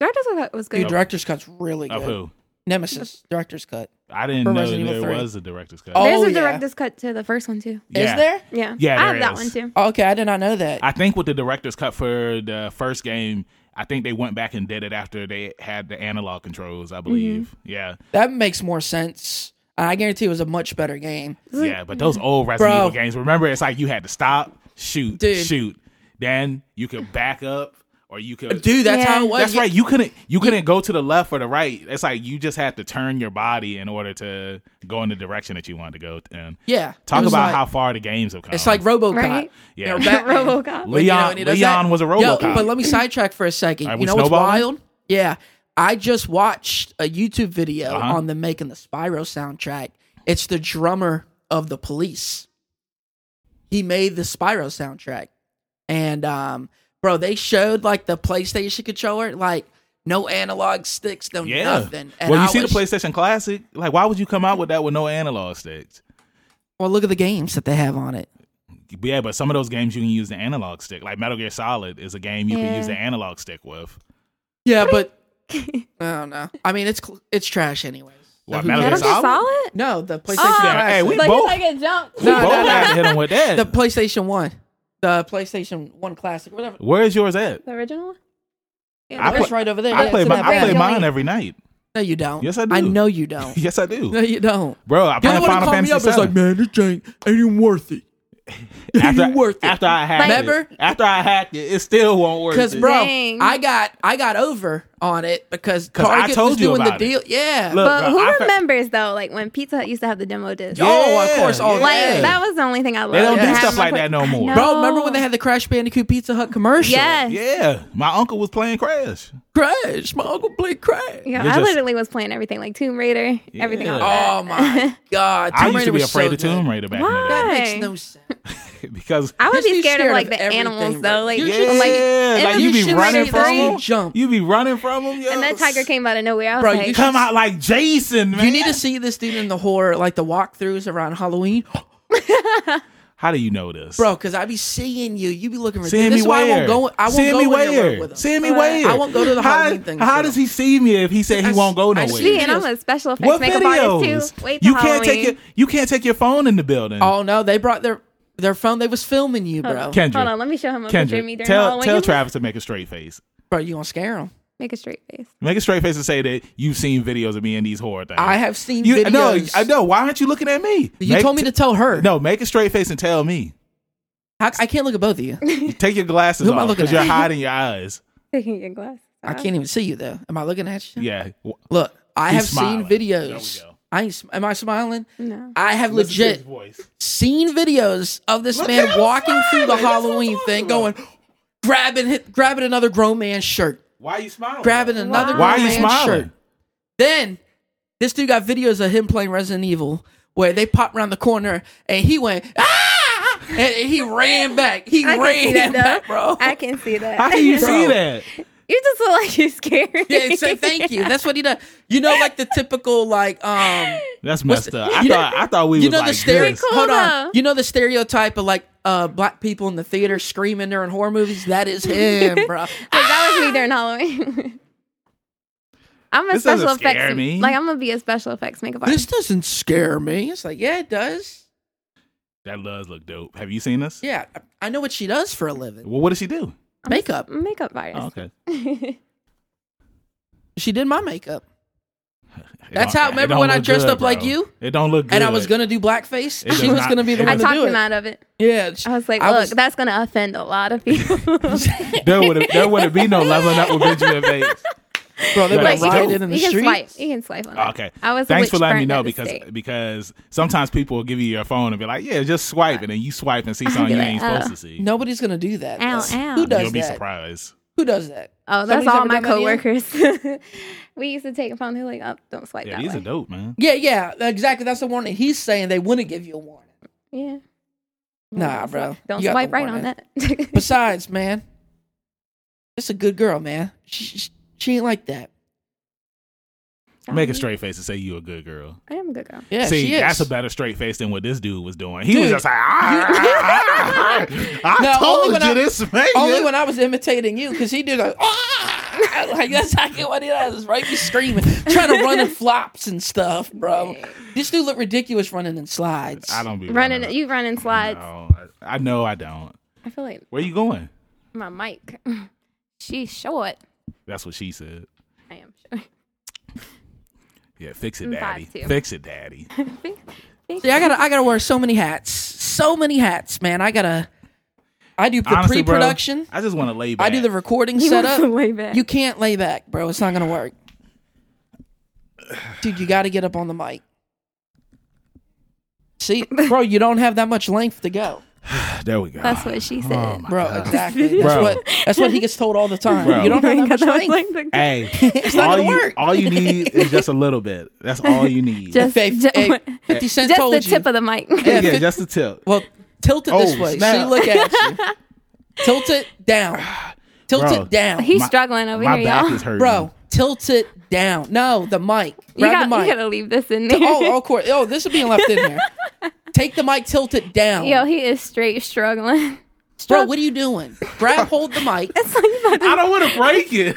Director's Cut was
Dude,
good.
director's cut's really
Of
good.
who?
Nemesis director's cut.
I
For
didn't know
Resident Evil
there
3.
was a director's cut.
Oh,
There's a
yeah.
director's cut to the first one too.
yeah.
Is there?
Yeah,
Yeah,
I have
there
that
is.
one too.
Oh, okay, I did not know that.
I think with the director's cut for the first game, I think they went back and did it after they had the analog controls,
Mm-hmm.
I believe. Yeah.
that makes more sense. I guarantee it was a much better game.
Yeah. But those old Resident
Bro.
Evil games, remember, it's like you had to stop, shoot,
Dude.
shoot. Then you could back up or you could.
Uh, Dude, that's
Yeah.
how it was.
That's
Yeah.
right. You couldn't. You couldn't go to the left or the right. It's like you just had to turn your body in order to go in the direction that you wanted to go. And
Yeah.
talk
It was
about
like-
how far the games have come.
It's like RoboCop.
Right?
Yeah.
Or Batman.
RoboCop.
You know,
Leon.
and he does
Leon
that.
was a
Yo,
RoboCop.
but let me sidetrack for a second.
Are we
you know what's
snowballing?
wild? Yeah, I just watched a YouTube video
Uh-huh.
on the making the Spyro soundtrack. It's the drummer of the Police. He made the Spyro soundtrack, and um, bro, they showed like the PlayStation controller, like no analog sticks, no
yeah.
nothing. And
well, you
I
see
was-
the PlayStation Classic. Like, why would you come out with that with no analog sticks?
Well, look at the games that they have on it.
Yeah, but some of those games you can use the analog stick. Like Metal Gear Solid is a game you can
Yeah.
use the analog stick with.
Yeah, but I don't know. Oh, I mean, it's cl- it's trash anyways. So
What,
who
Metal Gear
Metal
cares?
Solid?
Gear Solid?
No, the PlayStation.
Oh,
Yeah, hey,
Classic.
we
Like
both-
it's like it jumped.
No,
Both
no, no.
had to hit them with that.
the PlayStation One, the PlayStation One Classic, whatever.
Where is yours at?
The original one?
I
the
put-
That's
original.
play-
right over there.
I
Yeah,
play
it's
my,
in
I
that
play
bag.
mine every night.
No, you don't.
Yes, I do.
I know you don't.
Yes, I
no,
do,
you don't.
bro. I
You're
play
the one who
Final
called me
Fantasy
up. and was like,
VII.
man, this ain't ain't even worth it.
After,
ain't worth it.
after I hacked
Remember?
it, after I hacked it, it still won't work.
Because bro,
Dang.
I got I got over on it because
'Cause I
Target was
told you
doing the
about it.
deal. Yeah,
Look,
But
bro,
who
I fe-
remembers though, like when Pizza Hut used to have the demo disc?
Yeah,
Oh, of course. Oh,
Like
yeah.
that was the only thing I loved.
They don't
do
Having
stuff
my
like
play-
that no
I
more.
know.
bro. Remember when they had the Crash Bandicoot Pizza Hut commercial?
Oh. Yes.
yeah, my uncle was playing Crash.
Crash. My uncle played Crash.
Yeah,
You're
I
just-
literally was playing everything like Tomb Raider, everything.
Yeah.
Else.
Oh my god.
I used
Tomb
to
Raider
be
was so
afraid of
good.
Tomb Raider back
That
Why?
makes no sense.
in the day because
I would
Just be
be scared
scared
of like
of
the
everything,
animals
bro.
though, like
yeah,
I'm like, in
like,
the
you be
Tomb
running
Raider
from
three,
him.
jump.
You be running from him. yo.
and that tiger came out of nowhere. I was
Bro,
like,
you
come out like Jason, man.
You need to see this dude in the horror, like the walkthroughs around Halloween,
How do you know this,
bro. Because I be seeing you. You be looking ridiculous.
Seeing
This
me
is
where?
why I won't go. I won't
Seeing
go
me
in there
where?
with him.
Seeing me
Right.
where?
I won't go to the
how,
Halloween thing
How
with
does
him.
he see me if he said he
I
won't go
s- I
nowhere?
see
see, and I'm a special effects
what
makeup
videos?
artist too. Wait till
you can't take your
Halloween.
you can't take your phone in the building.
Oh no, they brought their their phone. They was filming you, bro.
Kendra,
Hold on, let me show him a picture of me
Kendra,
during
tell
Halloween.
tell Travis to make a straight face.
Bro, you gonna scare them?
Make a straight face.
Make a straight face and say that you've seen videos of me in these horror things.
I have seen
you,
videos.
No, I know. Why aren't you looking at me?
You
Make-
told me to tell her.
No, make a straight face and tell me.
How- I can't look at both of you.
Take your glasses
Who am I
off
looking
because you're
at?
hiding your eyes.
Taking your glass.
I can't even see you though. Am I looking at you?
Yeah. W-
Look, I
He's
have
smiling.
seen videos.
There we go.
I ain't, sm- am I smiling?
No.
I have
listen to his
legit
voice.
seen videos of this
Look at
man
him
walking through the
smiling. That's what I'm
Halloween
talking
thing,
about.
going grabbing hit, grabbing another grown man's shirt,
Why are you smiling?
grabbing another
Why are
grown
you
man's
smiling?
shirt. Then this dude got videos of him playing Resident Evil where they popped around the corner and he went ah, and and he ran back. He
I can see
ran
that,
back,
though.
bro.
I can see that.
How do you
Bro.
see that?
You just look like you're scared.
yeah, say thank you. That's what he does. You know, like the typical like um.
That's
What's
messed
the-
up. I
you know-
thought I thought we
you
was
know
like
the stereo.
this.
cool,
hold
though.
on. You know the stereotype of like uh, black people in the theater screaming during horror movies. That is him, bro.
Like, that
Ah!
was me during Halloween. I'm a
This doesn't
special effects.
scare me.
Like I'm gonna be a special effects makeup
This
artist.
doesn't scare me. It's like, yeah, it does.
That does look dope. Have you seen this?
Yeah, I- I know what she does for a living.
Well, what does she do?
Makeup.
Makeup
Oh,
artist.
okay.
She did my makeup.
It
That's
don't-
how-
it
remember
don't
when I
look
dressed
good,
up like
bro.
you?
It don't look good.
And I was gonna do blackface.
It
she
does
was
not-
gonna be the
it
I
one to
talked
do
him
it.
out of it.
Yeah, she-
I was like,
I
look,
was-
that's gonna offend a lot of people.
There would there wouldn't be no leveling up with Benjamin Bates.
bro, they
But
went
you can-
rioting in the
you can swipe.
streets.
You can swipe on. it.
Oh, Okay.
I was. a
Thanks for
witch
letting me
burnt
know
at the
because
stake.
because sometimes people will give you your phone and be like, yeah, just swipe, and then you swipe and see something
be
you
like,
ain't
oh.
supposed to see.
Nobody's gonna do that.
Ow,
though.
ow.
Who "Uh, does
You'll be
that?
surprised.
Who does that?
Oh, that's
Somebody's
all
ever
my
done that to you?
coworkers. we used to take a phone. They're like, oh, don't swipe
Yeah,
that
these
way.
are dope, man.
Yeah, yeah, exactly. That's the warning. He's saying they wouldn't give you a warning.
yeah.
Nah,
Don't
bro.
swipe- Don't
You got
swipe
the
right on that.
Besides, man, it's a good girl, man. She, she, she ain't like that.
Make a straight face and say you a good girl.
I am a good girl.
Yeah,
See,
she is.
that's a better straight face than what this dude was doing. He was
Dude.
just like, "Ah, I
No, only
told
when
you
I-
this, man.
Only when I was imitating you, because he did like, ah! like that's exactly what he does, right? He's screaming, trying to run in flops and stuff, bro. This dude looked ridiculous running in slides.
I don't be
Running, you running slides.
No, I I know I don't.
I feel like
Where you going?
my mic. She's short.
That's what she said.
I am short.
Yeah, fix it,
Mm,
daddy.
five, two.
Fix it, daddy.
See, I gotta, I gotta wear so many hats, so many hats, man. I gotta, I do the
Honestly, bro,
pre-production,
I just want to lay back.
I do the recording
He wants to
setup.
lay back.
You can't lay back, bro. It's not gonna work, dude. You gotta get up on the mic. See, bro, you don't have that much length to go.
There we go.
That's what she said.
Oh, my
bro.
God.
Exactly. That's
Bro.
what that's what he gets told all the time.
Bro.
You don't have that much
Because I was
strength.
like, like,
Hey,
not
all
gonna
you
work.
all you need is just a little bit. That's all you need.
Just-
Hey,
Just-
hey, Fifty Cent
just
told
the
you.
tip of the mic.
yeah,
fif-
just a tip.
well, tilt it this
Oh,
way.
snap.
See, look at you. tilt it down. Tilt
Bro.
it down,
He's
My-
struggling over
My
here,
back
y'all.
is hurting,
bro. Tilt it down. No, the mic.
You
Grab
got,
the mic.
you gotta leave this in there.
oh, of course. Oh, this is being left in there. Take the mic. Tilt it down.
Yo, he is straight struggling.
bro, what are you doing? Grab hold the mic.
I don't want to break it.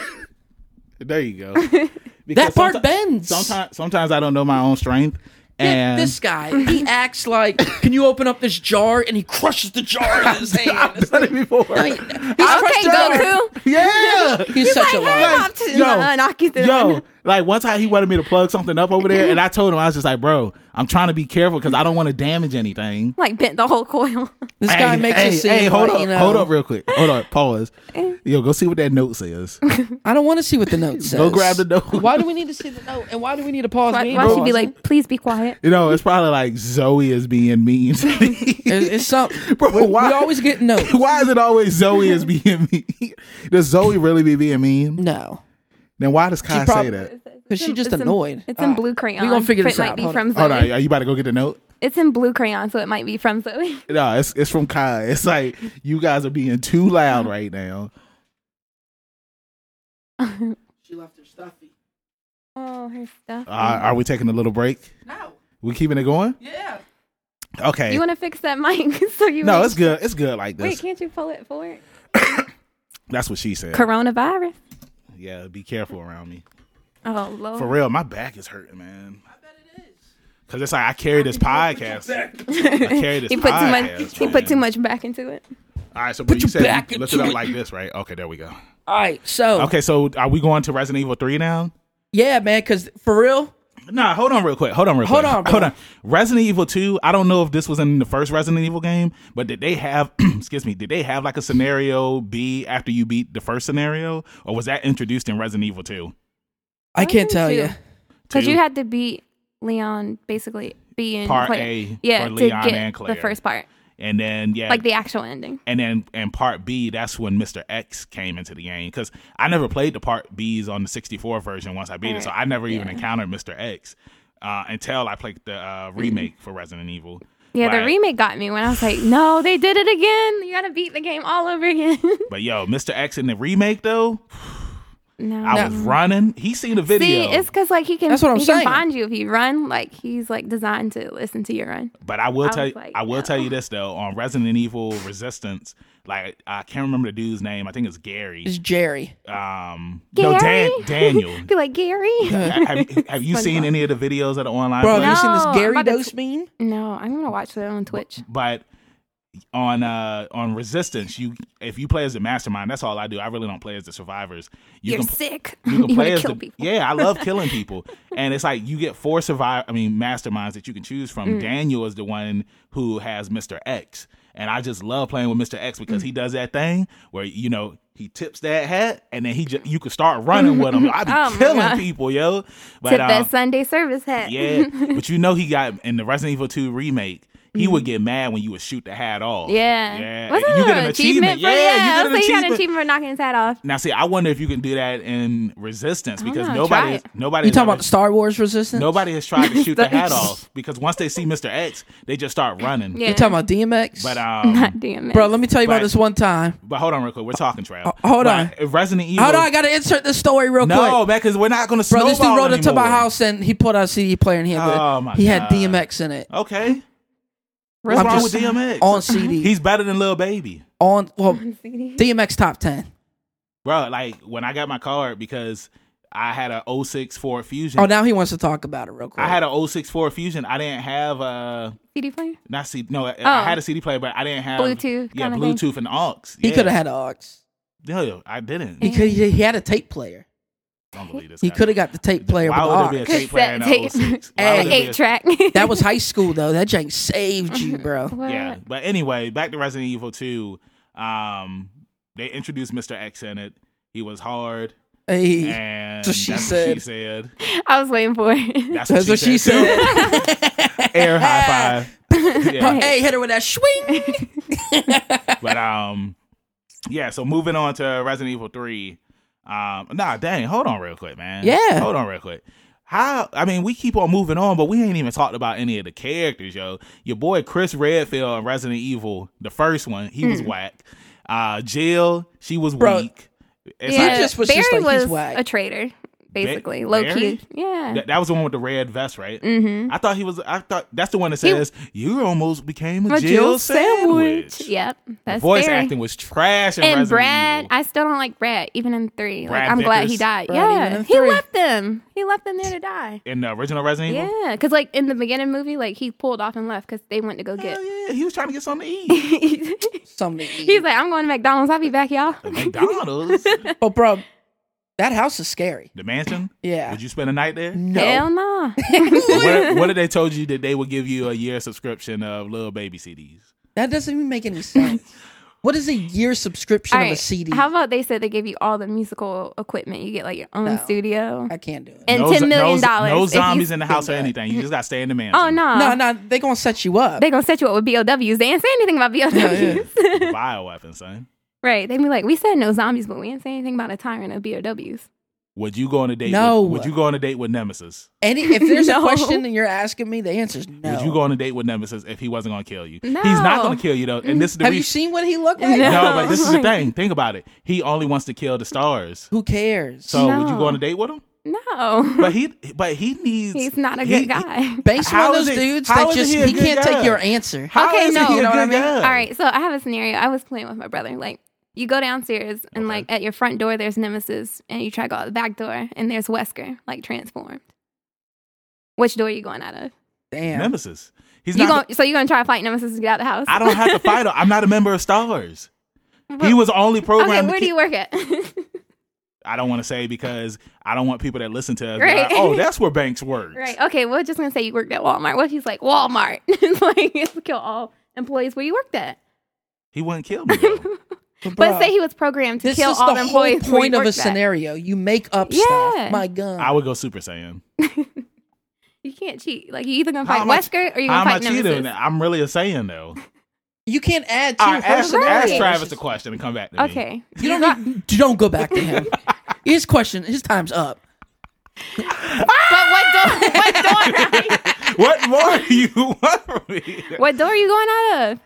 there you go.
That
Because
part
someti-
bends.
Sometimes, sometimes I don't know my own strength, and
this guy, he acts like, can you open up this jar? And he crushes the jar in his hand.
I've done it before.
He's
Okay,
crushed the jar.
Goku.
yeah.
He's such a liar.
Pop to no, knock you through.
yo, like one time he wanted me to plug something up over there, and I told him I was just like, "Bro, I'm trying to be careful because I don't want to damage anything."
Like bent the whole coil.
This guy
Hey,
makes
hey,
it seem
hey, hold
like,
up,
you know, Eh.
hold up, real quick, hold up, pause. Yo, go see what that note says.
I don't want to see what the note says.
Go grab the note.
Why do we need to see the note? And why do we need to pause?
Why,
We
why
ain't
she be
pausing.
like, please be quiet?
You know, it's probably like Zoe is being mean. to me.
It's, it's something.
Bro,
we,
why-
we always get notes.
Why is it always Zoe is being mean? Does Zoe really be being mean?
No,
Then why does Kai
prob-
say that?
because she just
it's in-
annoyed.
It's
All
in
right.
blue crayon.
We gonna figure this
It
out.
might be
Hold
from
Hold on,
Zoe.
are you about to go get the note?
It's in blue crayon, so it might be from Zoe.
No, it's it's from Kai. It's like you guys are being too loud right now.
She left her stuffy.
Oh, her stuff.
Are Uh, are we taking a little break?
No.
We keeping it going?
Yeah.
Okay.
you want to fix that mic so you?
no, it's good. It's good like
Wait,
this.
can't you pull it forward?
That's what she said.
Coronavirus.
Yeah, be careful around me.
Oh lord.
For real, my back is hurting, man. Cause it's like I carry this podcast. I carry this
He put too much.
podcast,
he put too
man.
much back into it.
All right, so but you
your
said
back
you look it
into
up
it.
like this, right? Okay, there we go.
All right. So
Oh.
Okay, so are we going to Resident Evil Three now?
yeah, man. Because for real,
Nah, hold on real quick. Hold on real
Hold
quick.
on, bro.
Hold on. Resident Evil 2, I don't know if this was in the first Resident Evil game, but did they have excuse me, did they have like a scenario B after you beat the first scenario? Or was that introduced in Resident Evil 2?
I can't
didn't
tell
you?
you.
Because
Two.
you had to beat Leon, basically be in
Part
Claire.
A
yeah,
for
to
Leon
get
and Claire.
the first part,
And then yeah,
like the actual ending.
and then and part B, that's when Mr. X came into the game cuz I never played the part B's on the 64 version once I beat it, so I never even encountered Mr. X uh, until I played the uh, remake for Resident Evil.
Yeah, the
Like-
remake got me when I was like, no, they did it again. You gotta beat the game all over again.
But yo, Mr. X in the remake though,
No.
I was running. He seen the video,
See, it's because like he can.
That's what I'm
he
saying.
can find you if you run. Like he's like designed to listen to your run.
but I will
I
tell you,
was like,
I will
no.
tell you this though. On Resident Evil Resistance, like I can't remember the dude's name. I think it's Gary.
It's Jerry.
Um, no, Dan,
Gary?
Daniel.
Be like Gary.
Ha- have, have you seen any of the videos of the online?
Bro,
play?
have you seen this
No,
Gary
I'm about to
Dose meme?
no, I'm gonna watch that on Twitch.
but on uh on resistance you if you play as the mastermind that's all i do i really don't play as the survivors you
You're
can
sick.
you can play
wanna
as
kill
the,
people.
yeah i love killing people and it's like you get four survive i mean masterminds that you can choose
Mm.
from daniel is the one who has mr x and i just love playing with mr x
Mm.
because he does that thing where you know he tips that hat and then he just you can start running with him i be
Oh my
killing
God.
people yo but
Tip
um,
that Sunday service hat.
yeah, but you know he got in the Resident Evil 2 remake. He would get mad when you would shoot the hat off.
Mm. Yeah.
yeah.
What's
you
that?
get an achievement.
for,
Yeah, you get an
so you got an
achievement.
achievement for knocking his hat off.
Now, see, I wonder if you can do that in Resistance
don't
because
know. Try
nobody,
it.
nobody,
You
has
talking
ever-
about the Star Wars Resistance?
nobody has tried to shoot the hat
That's-
off because once they see Mr. X, they just start running.
Yeah.
You talking about DMX?
But
Not
um,
damn it.
Bro, let me tell you
But-
about this one time.
but hold on real quick. We're talking trail.
Uh, hold
But Resident Evil.
Hold on, I gotta insert this story real quick.
no, man, because we're not going to
Bro,
snowball
this dude rode up to my
anymore.
house and he pulled out a CD player and he had, the-
Oh, my
he
God.
had DMX in it
Okay,
Real
what's
I'm
wrong
just-
with DMX?
on CD.
He's better than Lil Baby.
on well,
CD.
DMX top ten.
bro like when i got my card because i had a 06 ford fusion
Oh, now he wants to talk about it real quick.
i had a 06 ford fusion i didn't have uh
CD player.
not cd no I- i
Oh.
had a cd player but i didn't have
Bluetooth
Um, yeah
kinda thing.
bluetooth and aux
he
yeah.
could have had an aux.
no i didn't
He could he had a tape player.
don't believe this
He
guy.
could have got the tape player with
why
the
would there be a
aux.
tape player in oh a
Cassette
06 Why
Hey.
would there be a-
Eight track.
That was high school though. That jank saved you, bro.
What?
yeah but anyway back to resident evil 2 um they introduced mr x in it he was hard
Hey,
and
That's what she
that's what she
said.
said
I was waiting for it.
that's
that's what she said.
too. air high five Yeah.
Hey, hit her with that swing.
But um, yeah. So moving on to Resident Evil Three. Um, nah, dang, hold on real quick, man.
Yeah.
hold on real quick. How? I mean, we keep on moving on, but we ain't even talked about any of the characters, yo. Your boy Chris Redfield in Resident Evil, the first one, he
Hmm.
was whack. Uh, Jill, she was
Bro,
weak. It's
Yeah.
like,
just was
Barry
just like,
was
he's whack.
a traitor, basically,
Ba-
low
Barry?
key. Yeah.
that, that was the one with the red vest, right?
mm-hmm.
I thought he was. I thought that's the one that says you almost became a,
A
Jill,
Jill
sandwich.
Yep. That's
Voice
Barry.
acting was trash in
and
Resident
Brad,
Evil.
I still don't like Brad, even in three.
Brad
like, I'm glad he
Vickers.
died.
Brad, even
yeah,
in
he
three.
left them. He left them there to die.
in the original Resident Evil.
Yeah, because like in the beginning movie, like he pulled off and left because they went to go get.
Hell yeah, he was trying to get something to eat.
He's
Something. to eat.
like, I'm going to McDonald's. I'll be back, y'all.
McDonald's,
But bro, that house is scary.
the mansion.
Yeah.
Would you spend a night there?
No.
Hell no.
what, what if they told you that they would give you a year subscription of little baby CDs?
That doesn't even make any sense. What is a year subscription
All
of a
right,
CD?
How about they said they give you all the musical equipment? You get like your own
No.
studio
I can't do it.
and
no,
ten
zo-
million
no,
dollars.
no
if you-
zombies in the house or
that.
anything. You just got to stay in the mansion.
Oh no.
No, no, they gonna set you up.
They gonna set you up with BOWs. They ain't say anything about BOWs.
Bioweapon, son.
Right. They be like, we said no zombies, but we ain't say anything about a tyrant of BOWs.
Would you go on a date?
No.
With, would you go on a date with Nemesis?
Any if there's a
No.
question and you're asking me, the answer's no.
Would you go on a date with Nemesis if he wasn't going to kill you?
No.
He's not going to kill you though. And this is the
Have you
reason.
seen what he looked like?
No.
no, but this is the
Like-
thing. Think about it. He only wants to kill the stars.
Who cares?
So would you go
No.
on a date with him?
No.
But he, but he needs.
He's not a
he-
good
he-
guy.
Based
How
on
is
those
it-
dudes
how
that
is
just
he a
he
good
can't
guy?
take your answer.
How
okay,
is he
no.
a
You know what I
good
mean?
guy?
All right. So I have a scenario. I was playing with my brother. Like, you go downstairs and like at your front door there's Nemesis, and you try to go out the back door and there's Wesker, like transformed. Which door you going out of?
Damn.
Nemesis. He's
you
not.
going so you gonna try to fight Nemesis to get out the house?
I don't have to fight him. I'm not a member of Stars.
But-
He was only
Okay,
programmed. to
where do
ki-
you work at?
I don't want to say because I don't want people that listen to us. be
Right.
like, oh, that's where Banks works.
right. Okay, we're just gonna say you worked at Walmart. What if he's like Walmart? It's like it's kill all employees where you worked at.
He wouldn't kill me. though.
but say he was programmed to
this
kill
is
all
the whole
employees. where
point
he
of a
worked at.
scenario. You make up
Yeah.
stuff. My God.
I would go Super Saiyan.
You can't cheat. Like you either gonna
How
fight
am I-
Wesker or you
How
gonna
am I
fight
cheating?
Nemesis.
I'm really a Saiyan though.
you can't add to
All right, ask,
Right.
ask Travis a question and come back to me.
Okay.
You don't need, you don't go back to him. His question, his time's up.
But what door? What door?
What more do you want from me?
what door are you going out of?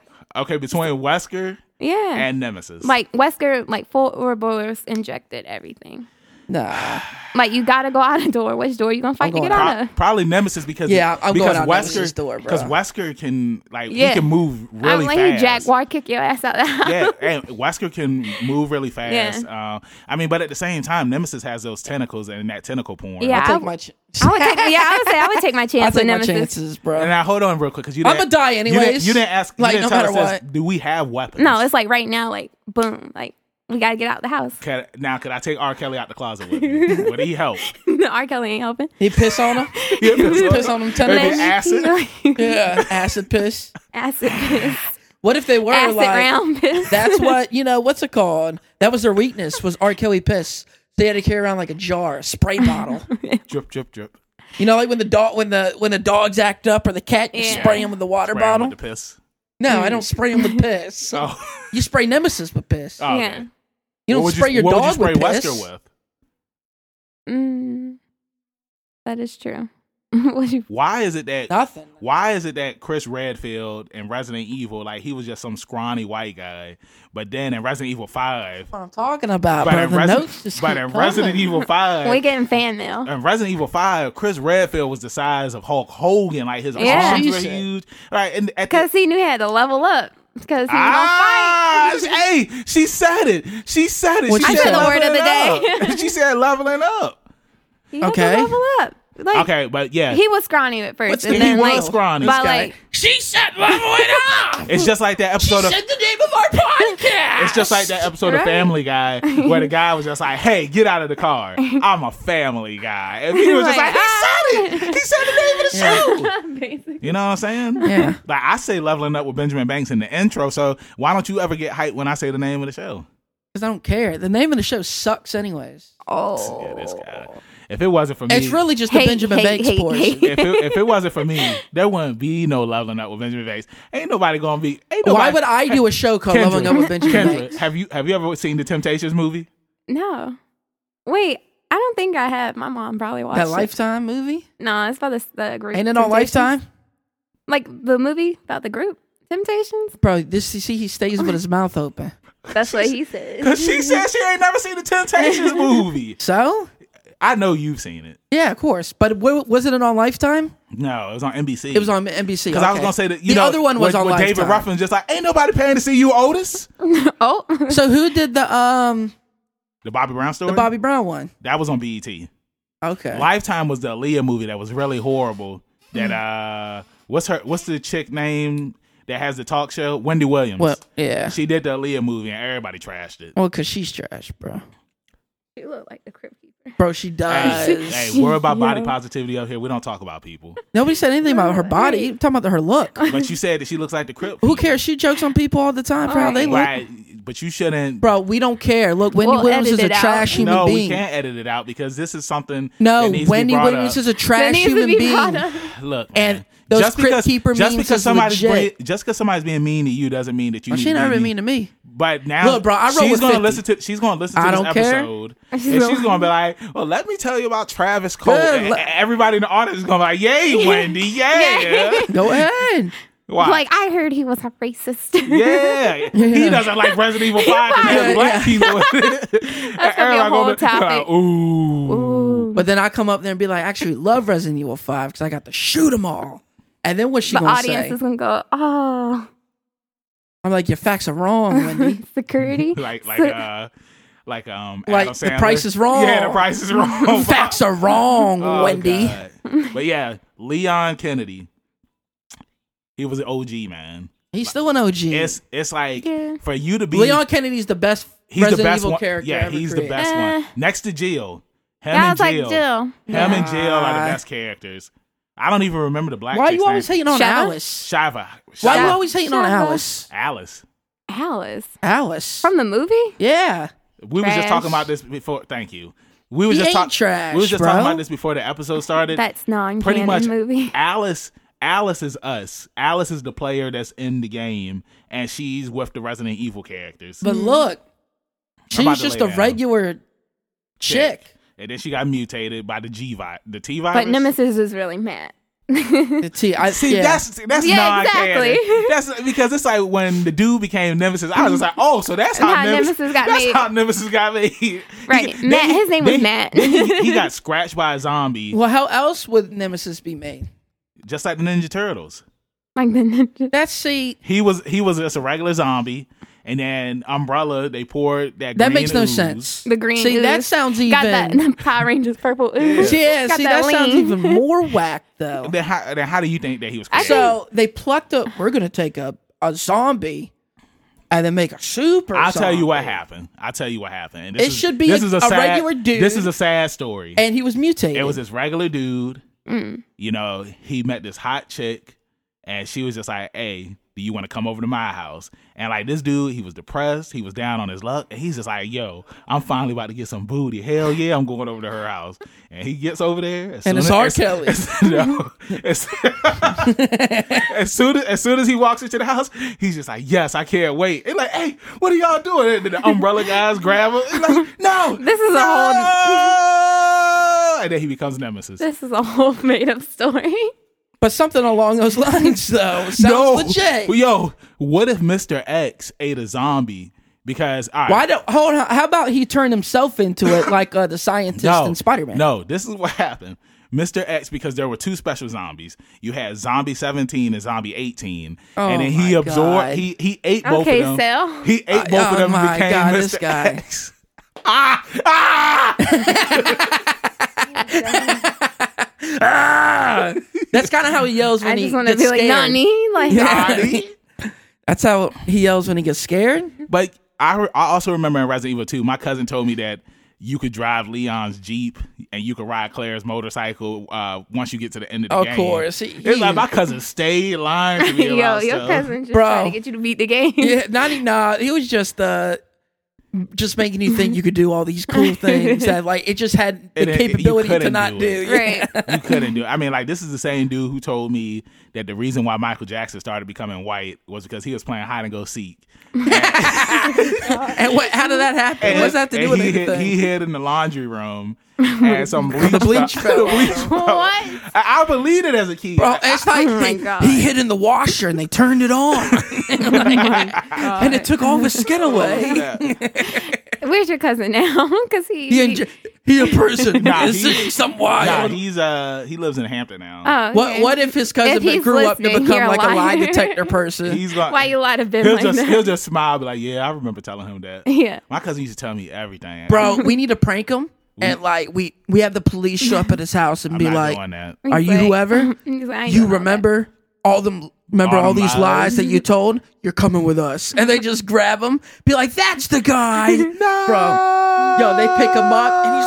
Okay, between Wesker
Yeah.
and Nemesis.
like Wesker, like full Ouroboros injected everything.
Nah.
Like you gotta go out a door. Which door you gonna fight to
going
get out
Pro-
of?
probably Nemesis because
Yeah, I'm
because
going out Nemesis's
Wesker
door, bro.
because Wesker can like
Yeah.
he can move really
I'm like
fast.
you jaguar kick your ass out of the house.
yeah, and Wesker can move really fast. Uh, I mean, but at the same time, Nemesis has those tentacles and that tentacle porn.
Yeah.
Take
I-
my ch-
I would take, yeah, I would say I would take my
I
chance with
take my
Nemesis.
chances,
And
bro.
now hold on real quick because you.
I'ma
didn't-
die
you didn't-
anyways.
You didn't ask.
Like,
you didn't
no
tell
matter
us this.
what.
Do we have weapons?
No, it's like right now, like boom, like we gotta get out the house.
Can, now, could I take R. Kelly out the closet with me? Would he help?
No, R. Kelly ain't helping.
He piss on him. piss on him
Maybe
tentacles.
acid.
Yeah, acid piss.
acid piss.
What if they were
acid
like?
round piss.
That's what you know. What's it called? That was their weakness. Was R. Kelly piss? They had to carry around like a jar, a spray bottle.
drip, drip, drip.
You know, like when the dog, when the when the dogs act up or the cat, you
Yeah.
spray them with the water
Spray 'em
bottle.
with the piss.
no, I don't spray them with piss.
Oh,
You spray Nemesis with piss.
oh, okay.
Yeah.
What
you don't
would
spray your
what
dog
would you spray
with piss.
Wesker with?
Mm, that is true. Would you?
Why is it that?
Nothing.
Why is it that Chris Redfield in Resident Evil, like he was just some scrawny white guy, but then in Resident Evil Five,
What I'm talking about,
but
bro.
in,
The
Resi-
notes just
but
keep
in Resident
coming.
Evil Five,
We getting fan mail.
in Resident Evil Five, Chris Redfield was the size of Hulk Hogan. Like his
Yeah.
arms were
Jesus.
huge. Right, and at the-
Because he knew he had to level up. Because he
Ah,
was gonna fight.
hey, she said it. She said it.
What'd
she
she say? I said the
word
leveling
of the day.
up. she said leveling up.
He had
Okay.
to level up. Like,
Okay, but yeah,
He was scrawny at first.
What's
and
the
then,
he was
like,
scrawny.
guy.
But, like,
She said, "Level it up."
it's just like that episode of.
the name of our podcast.
It's just like that episode
Right.
of Family Guy where the guy was just like, "Hey, get out of the car. I'm a Family Guy," and he was just like,
Like,
"He said it. He said the name of the show."
basically.
You know what I'm saying?
Yeah.
Like I say, leveling up with Benjamin Banks in the intro. So why don't you ever get hyped when I say the name of the show?
Because I don't care. The name of the show sucks, anyways.
Oh.
Yeah, this guy. If it wasn't for me,
It's really just the
Hate,
Benjamin
hate,
Banks
hate,
portion.
hate.
if it, if it wasn't for me, there wouldn't be no leveling up with Benjamin Banks. Ain't nobody gonna be. Ain't nobody,
Why would I do a show called
Kendra,
Leveling Up with Benjamin
Kendra,
Banks?
Have you have you ever seen the Temptations movie?
No. Wait, I don't think I have. My mom probably watched
That
it.
Lifetime movie?
No, it's about this, the group.
Ain't it on
Temptations.
Lifetime?
Like the movie about the group Temptations.
Bro, this you see, he stays with his mouth open.
That's what he said.
Cause she said she ain't never seen the Temptations movie.
So?
I know you've seen it.
Yeah, of course. But w- wasn't it on Lifetime?
No, it was on NBC.
It was on NBC. Because
Because I was gonna say that you
the
know
other one was
where-
on
where
Lifetime.
David Ruffin's just like ain't nobody paying to see you, Otis.
oh,
So who did the um
The Bobby Brown story.
the Bobby Brown one?
that was on BET.
Okay.
Lifetime was the Aaliyah movie that was really horrible. That
Mm-hmm.
uh, what's her? What's the chick name that has the talk show? Wendy Williams.
Well, yeah.
She did the Aaliyah movie and everybody trashed it.
Well, because she's trash, bro.
she looked like the crypt keeper.
Bro, Uh, she does.
Hey, hey, we're about body
Yeah.
positivity up here. We don't talk about people.
Nobody said anything about her body. I'm talking about her look.
But you said that she looks like the Crip.
Who cares? She jokes on people all the time for how they look.
Right, but you shouldn't.
Bro, we don't care. Look, Wendy
We'll
Williams
edit
is a
it out.
trash human
no, we
being.
can't edit it out because this is something.
No,
that needs to be
Wendy
brought
Williams
up.
is a
That
trash
needs
human
to be brought
being.
up.
Look,
And
man,
those
just
Crypt
because,
Keeper
just
memes
because
is
somebody's
legit.
being- just because somebody's being mean to you doesn't mean that you.
Oh,
need
she
to
ain't
be
ever
mean
mean to me.
But now,
Look, bro, I roll
she's
with
gonna
50.
listen to. She's gonna listen to
I
this
don't care.
episode, and she's gonna be like, "Well, let me tell you about Travis Cole."
Yeah,
And
le-
everybody in the audience is gonna be like, "Yay, Wendy! Yeah,
Go ahead.
Why?
Like I heard he was a racist.
yeah. he doesn't like Resident Evil Five because
Yeah,
has black
yeah.
people.
That's gonna be a whole topic.
Ooh.
Ooh.
But then I come up there and be like, I actually love Resident Evil 5 because I got to shoot them all. And then what's she
The
going to
audience
say?
is gonna go, oh,
I'm like, your facts are wrong, Wendy.
security.
like like
Se-
uh like um
Like,
Adam
The
Sandler.
Price is Wrong.
Yeah, the price is wrong.
facts are wrong,
Oh,
Wendy.
God. But yeah, Leon Kennedy. He was an OG man.
He's still an OG.
It's it's like
Yeah.
for you to be
Leon Kennedy's the best
he's
Resident
the best
Evil
one.
character
yeah,
ever
he's the
created.
best
Eh.
one. Next to Jill. Him
yeah, I
and
was like
Jill. Him
Jill.
and Jill are the
Nah.
best characters. I don't even remember the black.
Why are
chick's
you always
name.
hating on
Shava?
Alice?
Shiva?
Why are you
Shiva.
always hating on
Shava.
Alice?
Alice?
Alice
Alice.
from the movie.
Yeah.
We was just
Trash.
talking about this before. Thank you. We was
He
just
ain't
talking.
trash,
We was just
bro.
talking about this before the episode started.
That's non
pretty much
canon movie.
Alice. Alice is us. Alice is the player that's in the game, and she's with the Resident Evil characters.
But look,
about
she's
to
just
lay
a
down.
regular chick.
And then she got mutated by the G vi the T virus.
But Nemesis is really mad.
See, I,
See,
yeah.
that's that's
Yeah,
non
exactly.
That's because it's like when the dude became Nemesis, I was just like, oh, so that's
And
how,
how
Nemesis,
Nemesis got
that's
made.
how Nemesis got made.
Right.
He-
Matt-
then he-
his name was
then he-
Matt.
then he, he got scratched by a zombie,
Well, how else would Nemesis be made?
just like the Ninja Turtles.
Like the ninja.
That's see,
He was he was just a regular zombie, and then Umbrella they poured that.
that
green
makes no
ooze.
sense.
The green
See, that
ooze.
sounds even.
Got that Power Rangers purple. ooze.
Yeah,
Got
see, that, sounds
lean.
even more whack though.
Then how, then how do you think that he was?
I
created?
So they plucked up. We're gonna take a a zombie, and then make a super.
I'll tell you what
zombie.
happened. I'll tell you what happened. And this
It
is-
should be
this
a-
is a,
a
sad,
regular dude.
This is a sad story.
And he was mutated.
it was this regular dude.
Mm.
You know, he met this hot chick, and she was just like, "Hey, do you want to come over to my house?" And like this dude, he was depressed. He was down on his luck, and he's just like, "Yo, I'm finally about to get some booty. Hell yeah, I'm going over to her house." And he gets over there, as
And
soon
it's
as-
R.
as-
Kelly.
as- no, as, as soon as, as soon as he walks into the house, he's just like, "Yes, I can't wait." And like, "Hey, what are y'all doing?" And then the umbrella guys grab him. He's like, "No,
This is a whole-
no!" And then he becomes Nemesis.
This is a whole made up story.
but something along those lines though sounds legit.
Well, Yo, what if Mr. X ate a zombie? Because all right,
Why don't hold on? How about he turned himself into it like uh, the scientist in Spider Man?
No, this is what happened. Mr. X, because there were two special zombies. You had Zombie 17 and Zombie 18. and then he
Oh my
absorbed
God.
he he ate both
Okay,
of them.
Sal.
He ate both
oh
of them and
my
became
God,
Mr.
this guy.
X. Ah! Ah!
that's kind of how he yells when
I
he
just want to
gets
be like
scared.
Nani. Like
Daddy.
That's how he yells when he gets scared.
But I re- I also remember in Resident Evil 2, my cousin told me that you could drive Leon's Jeep and you could ride Claire's motorcycle uh, once you get to the end of the
Of
game.
course, he-
It's like my cousin stayed lying to me
yo,
about
your
stuff.
cousin just
Bro.
trying to get you to beat the game.
Yeah, not even- nah. He was just uh, just making you think you could do all these cool things that like it just had the
And it- you
capability to
couldn't
not
do
do.
it.
Yeah.
Right.
You couldn't do it. I mean, like, this is the same dude who told me that the reason why Michael Jackson started becoming white was because he was playing hide and go seek.
And what, how did that happen? What's that to do
and
with
he hid-
anything?
he hid in the laundry room and some bleach.
bleach fell
the bleach fell.
What?
I, I believed it as a kid.
Bro, it's like
my
they-
God.
he hid in the washer and they turned it on, and it took all his skin away.
Yeah.
Where's your cousin now? Because he.
He in, j- he in prison.
Nah,
It's
he-
some
Nah,
wild.
he's uh he lives in Hampton now.
oh,
what
okay.
what if his
If
cousin
he's
grew up to
listening,
become
you're a
like a lie
liar.
detector person?
He's like
Oh. Why you lied to Ben
he'll
like
just
that?
he'll just smile, be like, "Yeah, I remember telling him that."
Yeah.
my cousin used to tell me everything.
Bro, we need to prank him, and like we we have the police show up at his house and
I'm
be
not
like,
doing that.
Are you
He's like-
whoever?
He's like, I ain't
You
doing all that.
remember all them remember
All
all,
them
these
lies?
lies. that you told? You're coming with us. And they just grab him, be like, That's the guy. Bro. Yo, they pick him up and he's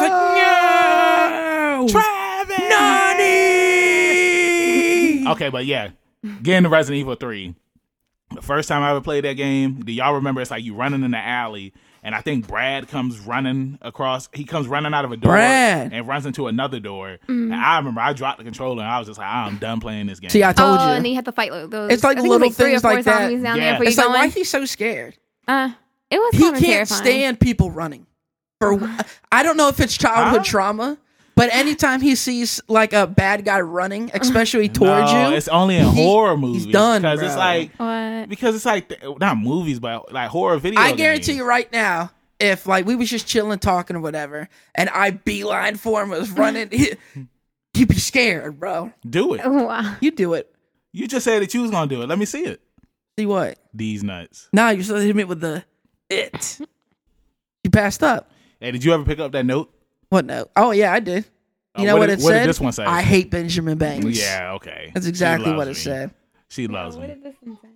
like, No
Travis.
Nani
Okay, but yeah, getting to Resident Evil Three. The first time I ever played that game, do y'all remember? It's like you running in the alley, and I think Brad comes running across. He comes running out of a door
Brad.
and runs into another door. And I remember I dropped the controller and I was just like, "I'm done playing this game."
See, I told
oh,
you.
and then you have to fight like those.
It's like
I think
little
it's like three
things
or four
like that.
zombies down
Yeah.
there for you
it's like why
going.
he's so scared.
uh, it was
He
kind of
can't
terrifying. Uh-huh.
stand people running. For wh- I don't know if it's childhood
Huh?
trauma, but anytime he sees like a bad guy running, especially towards
No,
you,
Oh, It's only in
he-
horror
he's
movies.
done,
because it's
bro.
like
What?
because it's like th- not movies, but like horror video.
I guarantee
games.
you right now, if like we was just chilling, talking or whatever, and I beeline for him was running, he, he'd be scared, bro.
Do it.
Wow.
You do it.
You just said that you was gonna do it. Let me see it.
See what?
These nuts.
Now you still hit me with the it. You passed up.
Hey, did you ever pick up that note?
What no? Oh yeah, I did. You
Uh,
know
what
what,
did-
it
what did
said?
this one say?
I hate Benjamin Banks.
Yeah. Okay.
that's
She
exactly
loves
what it
me.
said.
She loves me.
this one say?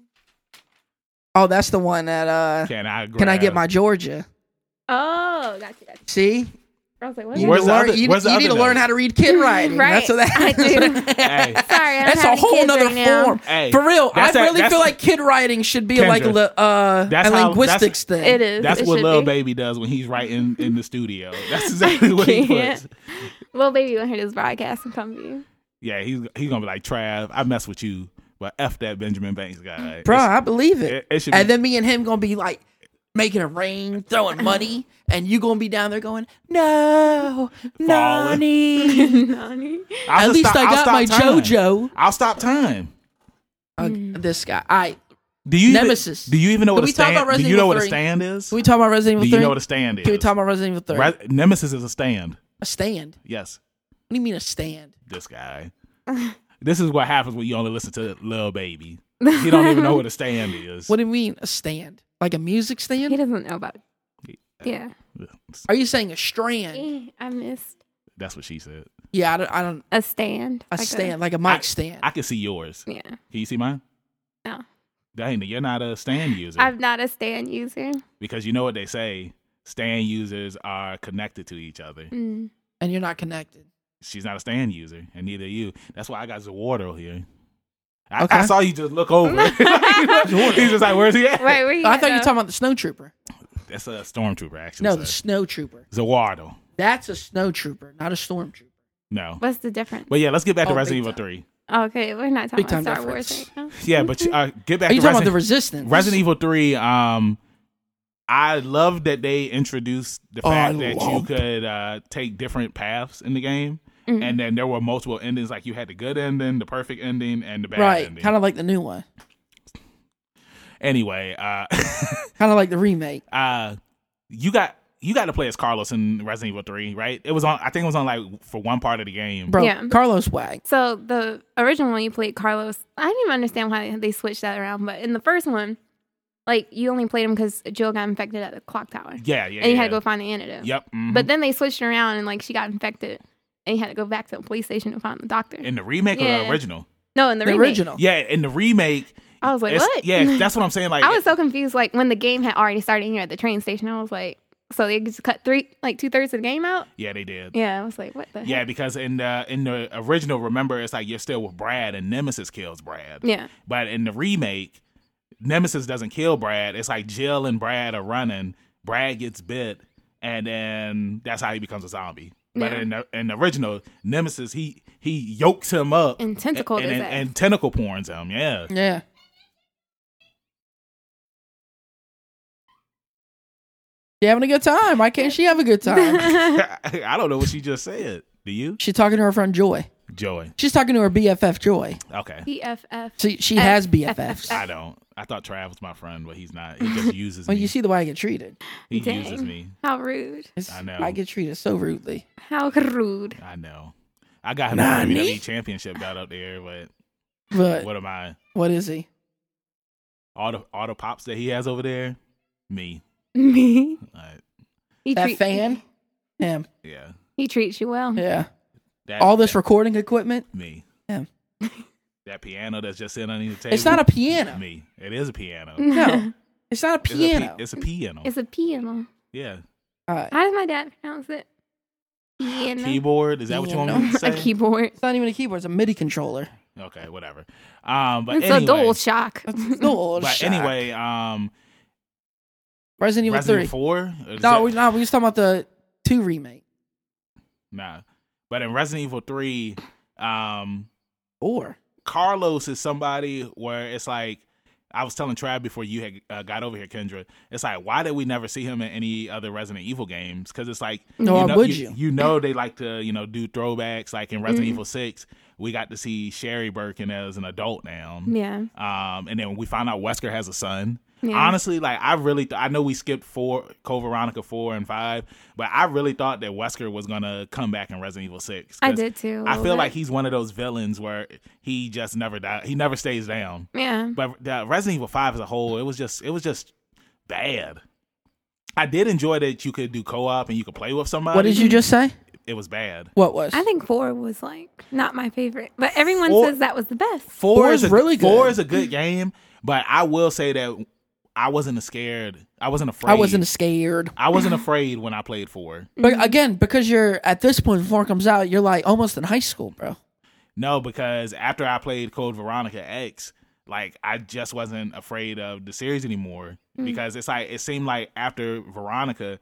Oh, that's the one that. uh
Can I?
Can I get
grab-
my Georgia?
Oh, gotcha, gotcha.
See,
I was like, what?
you
Where's
need to,
the
learn,
other-
you,
where's the
you
other
need to learn
note?
how to read kid writing. That's what
Right,
that.
I do.
Hey.
Sorry, I don't
That's
have
a
any
whole
kids
nother
right now.
form.
Hey,
For real, I
that's a-
really
that's-
feel like kid writing should be like a,
Kendra,
li- uh,
that's
a
how-
linguistics thing.
It is.
That's
it
what
should
Lil
be.
Baby does when he's writing in the studio. That's exactly what he
can't.
puts.
Lil baby will hear this broadcast and come to you.
Yeah, he's he's gonna be like Trav. I mess with you, but f that Benjamin Banks guy,
Bro, I believe it.
It- it should be-
and then me and him gonna be like making it rain, throwing money, and you gonna be down there going, no, Nani.
Nani.
I'll
At
just
least
stop-
I
I'll
got
stop
my
time.
JoJo.
I'll stop time.
Uh,
Mm.
this guy. I
Do you
Nemesis.
Even, do you even know
Can
what a
we talk
stand?
about
do
Resident
you know
Evil
what a
3?
stand is?
can we talk about Resident
do
Evil
you
3?
know what a stand is?
Can we talk about Resident Evil 3?
Re- Nemesis is a stand.
a stand. What
Yes,
do you mean a stand?
this guy. this is what happens when you only listen to Lil Baby. He don't even know what a stand is.
What do you mean a stand? Like a music
He
stand?
doesn't know about. Yeah.
Are you saying a strand?
Eh, I missed
That's what she said.
Yeah, I don't. I don't
a stand.
a
Like
stand like a mic
I-
stand.
I can see yours.
yeah.
Can you see mine?
No.
Dang, you're not a stand user
I'm not a stand user.
because you know what they say. Stand users are connected to each other.
Mm.
and you're not connected.
She's not a stand user, and neither are you. That's why I got Zawardo here. I, I
Okay.
saw you just look over. Like, He's just like, "Where's he at?"
Wait, where you
Oh, I
at,
thought you were
though?
talking about the snowtrooper.
That's a stormtrooper, actually.
No,
sir.
the snowtrooper.
Zawardo.
That's a snowtrooper, not a stormtrooper.
No.
What's the difference?
But yeah, let's get back to
Oh,
Resident
big
Evil
time.
Three.
Okay, we're not talking
Big
about
time
Star Wars. Right now.
Yeah, but uh, get back
Are you
to
talking about the
Resident,
resistance?
Resident Evil Three. Um, I love that they introduced the
Oh,
fact
I
that
love-
you could uh, take different paths in the game,
Mhm.
and then there were multiple endings. Like you had the good ending, the perfect ending, and the bad
right?
ending.
Kind of like the new one.
anyway, uh,
Kind of like the remake.
uh, you got you got to play as Carlos in Resident Evil Three, right? It was on. I think it was on like for one part of the game.
Bro,
Yeah.
Carlos Wag.
So the original one you played Carlos, I didn't even understand why they switched that around. But in the first one, like you only played him because Jill got infected at the clock tower,
Yeah, yeah.
and you
yeah.
had to go find the antidote.
Yep. mhm.
But then they switched it around, and like she got infected, and you had to go back to the police station to find the doctor.
in the remake or the
Yeah.
original?
no, in the,
The
remake.
original.
Yeah, in the remake.
I was like,
it's-
what?
Yeah, that's what I'm saying. Like,
I was so confused. Like when the game had already started here at the train station, I was like, so they just cut three, like two thirds of the game out.
yeah, they did.
Yeah, I was like, what the? heck?
Yeah, because in the in the original, remember, it's like you're still with Brad, and Nemesis kills Brad.
Yeah.
But in the remake, Nemesis doesn't kill Brad. It's like Jill and Brad are running. Brad gets bit, and then that's how he becomes a zombie. But
Yeah.
in, the, in the original, Nemesis he he yokes him up
And tentacled
and,
his
and,
ass.
and tentacle porns him. Yeah,
Yeah. She having a good time. Why can't she have a good time?
I don't know what she just said. Do you,
She's talking to her friend Joy.
Joey?
She's talking to her BFF Joy.
Okay,
PFF.
She she
F-
has BFFs.
I don't. I thought Trav was my friend, but he's not. He just uses
Well,
me.
you see the way I get treated.
he
Dang.
uses me.
How rude.
It's-
I know.
I get treated so rudely.
How rude.
I know. I got him
Nah,
a
me? Uh,
WWE championship belt up there, but
But
what am I?
what is he?
All the all the pops that he has over there, me.
Me.
Like,
He
That
treat-
fan? Him.
yeah,
He treats you well.
Yeah.
that,
All this
that-
recording equipment.
me.
Yeah.
that piano that's just sitting underneath the table.
It's not a piano.
Me. It is a piano.
No. It's not a
It's a pi-
piano. Uh,
It's a piano.
It's a piano.
yeah.
All right.
How does my dad pronounce it? Piano.
Keyboard. Is that what you want me to
a
say?
keyboard.
It's not even a keyboard. It's a MIDI controller.
okay, whatever. Um, but
it's
anyway,
a dual shock.
That's no old
but
shock.
anyway, um,
Resident Evil
Resident
3.
Evil Four. Is
No,
that-
we no, we was talking about the two remake.
nah. But in Resident Evil Three, um,
Or
Carlos is somebody where it's like I was telling Trav before you had uh, got over here, Kendra. It's like why did we never see him in any other Resident Evil games? Because it's like
No, why
know,
would
you,
you?
know they like to you know do throwbacks. Like in Resident
Mhm.
Evil Six, we got to see Sherry Birkin as an adult now.
yeah.
Um, and then we find out Wesker has a son.
Yeah.
Honestly, like I really, th- I know we skipped four, Code Veronica four and five, but I really thought that Wesker was gonna come back in Resident Evil Six.
I
'cause
did too. a
I
little
feel
bit.
like he's one of those villains where he just never dies. He never stays down.
Yeah.
But the Resident Evil Five as a whole, it was just it was just bad. I did enjoy that you could do co-op and you could play with somebody.
what did you just say?
It was bad.
What was?
I think four was like not my favorite, but everyone
Four-
says that was the best.
Four,
Four
is,
is
a,
really
Four
good.
is a good game, but I will say that I wasn't scared. I wasn't afraid.
I wasn't scared.
I wasn't afraid when I played four.
Mm-hmm.
But again, because you're at this point before it comes out, you're like almost in high school, bro.
No, because after I played Code Veronica X, like I just wasn't afraid of the series anymore because it's like it seemed like after Veronica,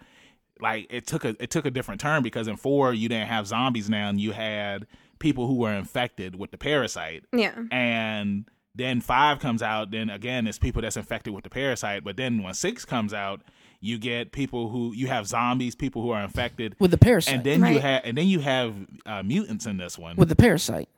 like it took a it took a different turn because in four you didn't have zombies now and you had people who were infected with the parasite
Yeah.
and then five comes out then again it's people that's infected with the parasite but then when six comes out You get people who you have zombies, people who are infected,
with the parasite.
and then you
Right.
have and then you have uh, mutants in this one
with the parasite.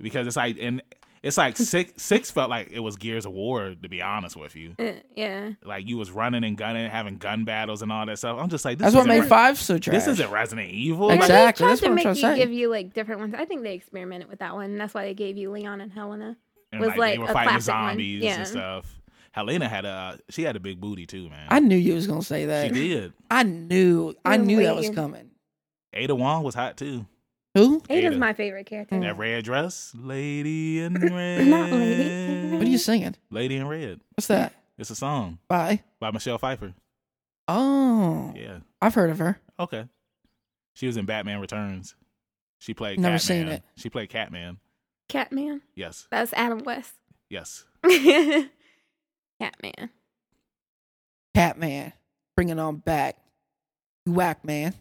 because it's like and it's like six six felt like it was Gears of War to be honest with you.
Uh, yeah.
Like you was running and gunning, having gun battles and all that stuff. I'm just like this
That's what
isn't
made
Re-
five so trash.
This isn't Resident Evil.
Well,
Like,
Exactly.
They tried
that's
to
what I'm
make
trying to
you
say.
give you like different ones. I think they experimented with that one. That's why they gave you Leon and Helena.
and,
was
they
like
were
a
fighting
classic one.
zombies
Yeah.
and stuff. Helena had a she had a big booty too, man.
I knew you was gonna say
she
uh,
that.
did.
I knew. I
You're
knew that was
weird.
coming.
Ada Wong was hot too.
Who?
Ada's
Ada.
my favorite character.
Mm.
That red dress, lady in red.
Not lady in
What are you singing?
Lady in red.
What's that?
It's a song
Bye.
by Michelle Pfeiffer.
Oh,
Yeah.
I've heard of her.
Okay. She was in Batman Returns. She played
Never
Catman.
seen it.
She played Catman.
Catman.
Yes.
That's Adam West.
Yes.
Catman.
Catman, bringing on back. You whack man,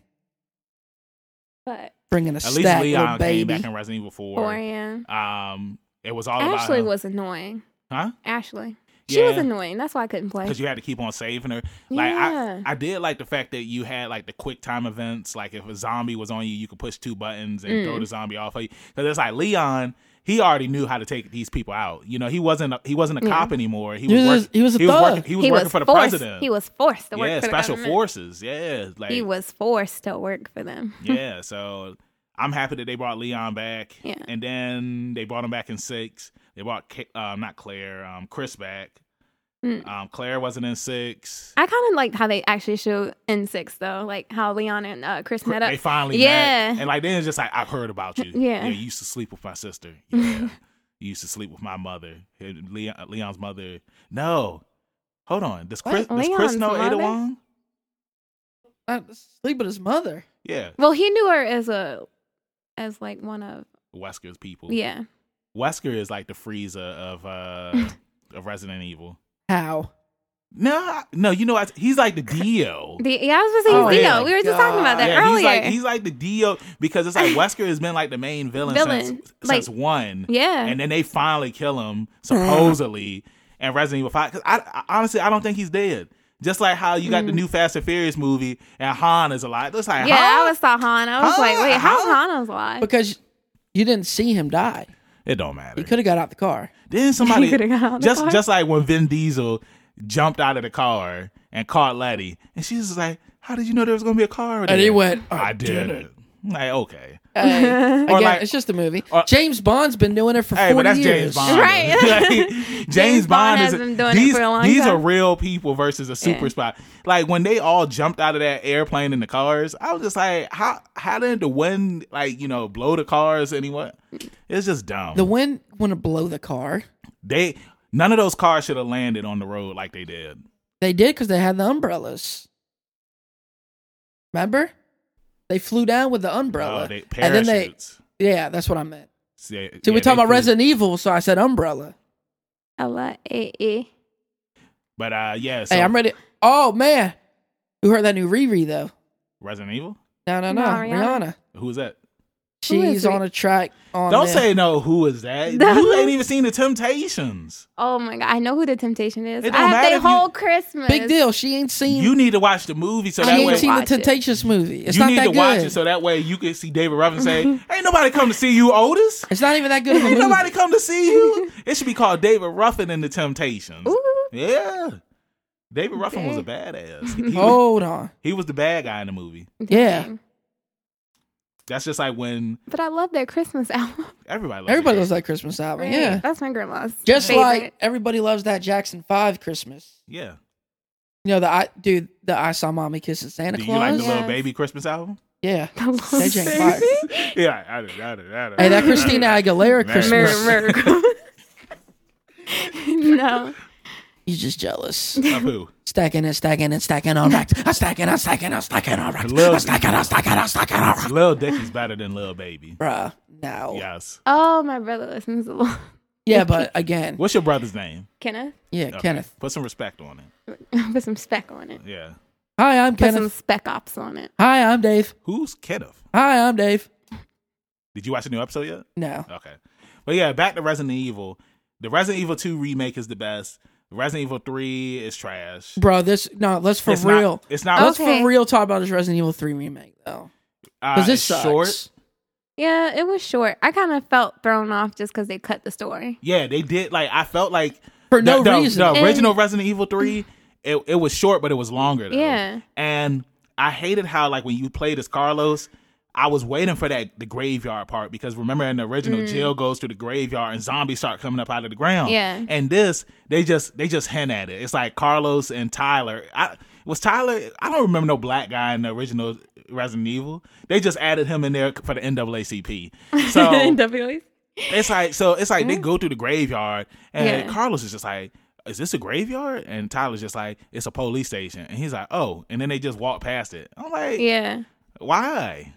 But
bringing a
At least
stack little
Leon came
baby.
back in Resident Evil 4.
or yeah.
Um it was all about
Ashley
her-
was annoying.
Huh?
Ashley. She was
Yeah.
annoying. That's why I couldn't play.
because you had to keep on saving her. Like
yeah.
I, I did like the fact that you had like the quick time events. Like if a zombie was on you, you could push two buttons and
Mm.
throw the zombie off of you. Because it's like Leon, he already knew how to take these people out. You know, he wasn't a, he wasn't a
Yeah.
cop anymore. He
He
was
was-
working.
he was a
he was
thug.
working. He was working for the
forced,
president.
He was forced to work
yeah,
for
special
the government.
forces. Yeah, like
He was forced to work for them.
yeah. So I'm happy that they brought Leon back.
Yeah.
And then they brought him back in six. They brought Ca- uh, not Claire, um, Chris back.
Mm.
Um, Claire wasn't in six.
I kind of liked how they actually showed in six though, like how Leon and uh, Chris met up.
They finally
Yeah.
met. And like then it's just like I've heard about you.
Yeah.
You used to sleep with my sister. Yeah. you used to sleep with my mother. And Leon, uh, Leon's mother. No. Hold on. Does Chris
What?
does Chris
Leon's
know Ada
mother?
Wong?
Not sleep with his mother.
Yeah.
Well, he knew her as a as like one of
Wesker's people.
yeah.
Wesker is like the freezer of uh of Resident Evil.
How?
No, I- no, you know what? He's like the Dio.
The, yeah, I was gonna
Oh,
say he's
yeah.
Dio. We were just talking about that
yeah,
earlier.
he's like he's like the Dio because it's like Wesker has been like the main villain,
Villain.
since
Like-
since one.
yeah,
and then they finally kill him supposedly and Resident Evil Five. Because I, I- honestly I don't think he's dead. Just like how you got the new Fast and Furious movie and Han is alive. It's like
Mm. yeah.
Han?
I was saw Han. I was
Huh?
like, wait, how's
Huh?
Hana's alive?
Because you didn't see him die.
it don't matter.
He could have got out the car.
Then somebody
He could've got out of the
just
car.
just like when Vin Diesel jumped out of the car and caught Letty, and she's just like, "How did you know there was gonna be a car?"
And he
there?"
went.
"I did it." Like okay,
Hey, again,
like-
it's just a movie.
or-
James Bond's been doing it for
hey, but
40
that's
years.
James Bond,
Right.
Like, James
James
Bond
Bond
is
has been doing it
these
for a long
these
time.
are real people versus a super
Yeah.
spy. Like when they all jumped out of that airplane in the cars, I was just like, "How how did the wind like you know blow the cars anyone?" It's just dumb.
The wind want to blow the car.
they none of those cars should have landed on the road like they did.
They did because they had the umbrellas. Remember? They flew down with the umbrella.
Oh, they,
and then they,
parachutes.
yeah, that's what I meant.
See, yeah,
See,
they
we're talking about
flew-
Resident Evil, so I said umbrella.
Ella, eh, eh.
But uh, yeah, so
hey, I'm ready. Oh man, you heard that new Riri though?
Resident Evil.
No, no, no,
No,
Rihanna.
Rihanna.
Who is that?
Who is
She's
Ri-
on a track on.
Don't
the-
say no. Who is that? you ain't even seen the Temptations.
Oh my god, I know who the temptation is.
It
I
don't
have
matter
their
if you-
whole Christmas.
big deal. She ain't seen.
You need to watch the movie so
she
that
ain't
way
seen the
Watch it.
Temptations movie. It's
you
not
need
that
to
good. Mm-hmm.
watch it so that way you can see David Ruffin say, "Ain't nobody come to see you, Otis.
it's not even that good of a
Ain't
movie.
nobody come to see you." It should be called David Ruffin and the Temptations.
Ooh.
Yeah, David Ruffin was a badass. He, he was,
Hold on.
he was the bad guy in the movie.
Yeah.
Dang.
That's just like when
But I love their Christmas album.
everybody. Loves
Everybody
David.
loves that Christmas album.
Right?
Oh, Yeah.
That's my grandma's.
Just
favorite.
like everybody loves that Jackson Five Christmas.
Yeah.
You know the I dude the I saw mommy kissing Santa
Do you like
Claus.
the little
Yes.
baby Christmas album?
yeah.
They
Jack Fire.
yeah, I did, I did, I did.
Hey, that Christina Aguilera Christmas.
Mirror, mirror. no.
You just jealous.
Of who?
Stacking and stacking and stacking on racks. I'm stacking, I'm stacking, I'm stacking on racks.
Lil-
I'm stacking, I'm stacking, I'm stacking on racks.
Lil Dicky's better than Lil Baby.
Bruh, no. Yeah,
Yes.
Oh, my brother listens a lot.
but again,
What's your brother's name?
Kenneth,
yeah,
Okay.
Kenneth.
Put some respect on it.
put some spec on it.
Yeah.
Hi, I'm
Put
Kenneth.
some spec ops on it.
Hi, I'm Dave.
Who's Kenneth?
Hi, I'm Dave.
Did you watch the new episode yet?
No.
Okay. But yeah, back to Resident Evil. The Resident Evil 2 remake is the best. Resident Evil Three is trash.
Bro, this no, let's for
it's
real.
Not, it's not.
Oh,
Let's
Okay.
for real talk about this Resident Evil 3 remake though.
Uh,
Because this
it's
sucks.
short.
Yeah, it was short. I kind of felt thrown off just because they cut the story.
Yeah, they did. Like I felt like
For no
the, the-
reason.
The
And-
original Resident Evil Three, it, it was short, but it was longer. Though.
Yeah.
and I hated how like when you played as Carlos, I was waiting for that the graveyard part because remember in the original, Jill goes through the graveyard and zombies start coming up out of the ground.
Yeah.
and this they just they just hint at it. It's like Carlos and Tyler. I was Tyler. I don't remember no black guy in the original Resident Evil. They just added him in there for the NAACP. So
Definitely.
it's like so it's like they go through the graveyard and
Mm-hmm. Yeah.
Carlos is just like is this a graveyard? And Tyler's just like, it's a police station. And he's like, oh. And then they just walk past it. I'm like,
Yeah.
why?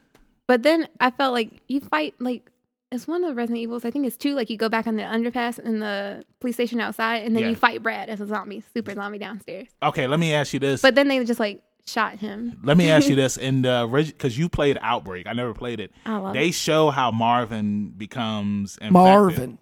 But then I felt like you fight like it's one of the Resident Evils. I think it's two. Like you go back on the underpass in the police station outside, and then
Yeah.
you fight Brad as a zombie, super zombie downstairs.
Okay, let me ask you this.
But then they just like shot him.
let me ask you this. In the because you played Outbreak, I never played it.
I love
They show how Marvin becomes infected.
Marvin.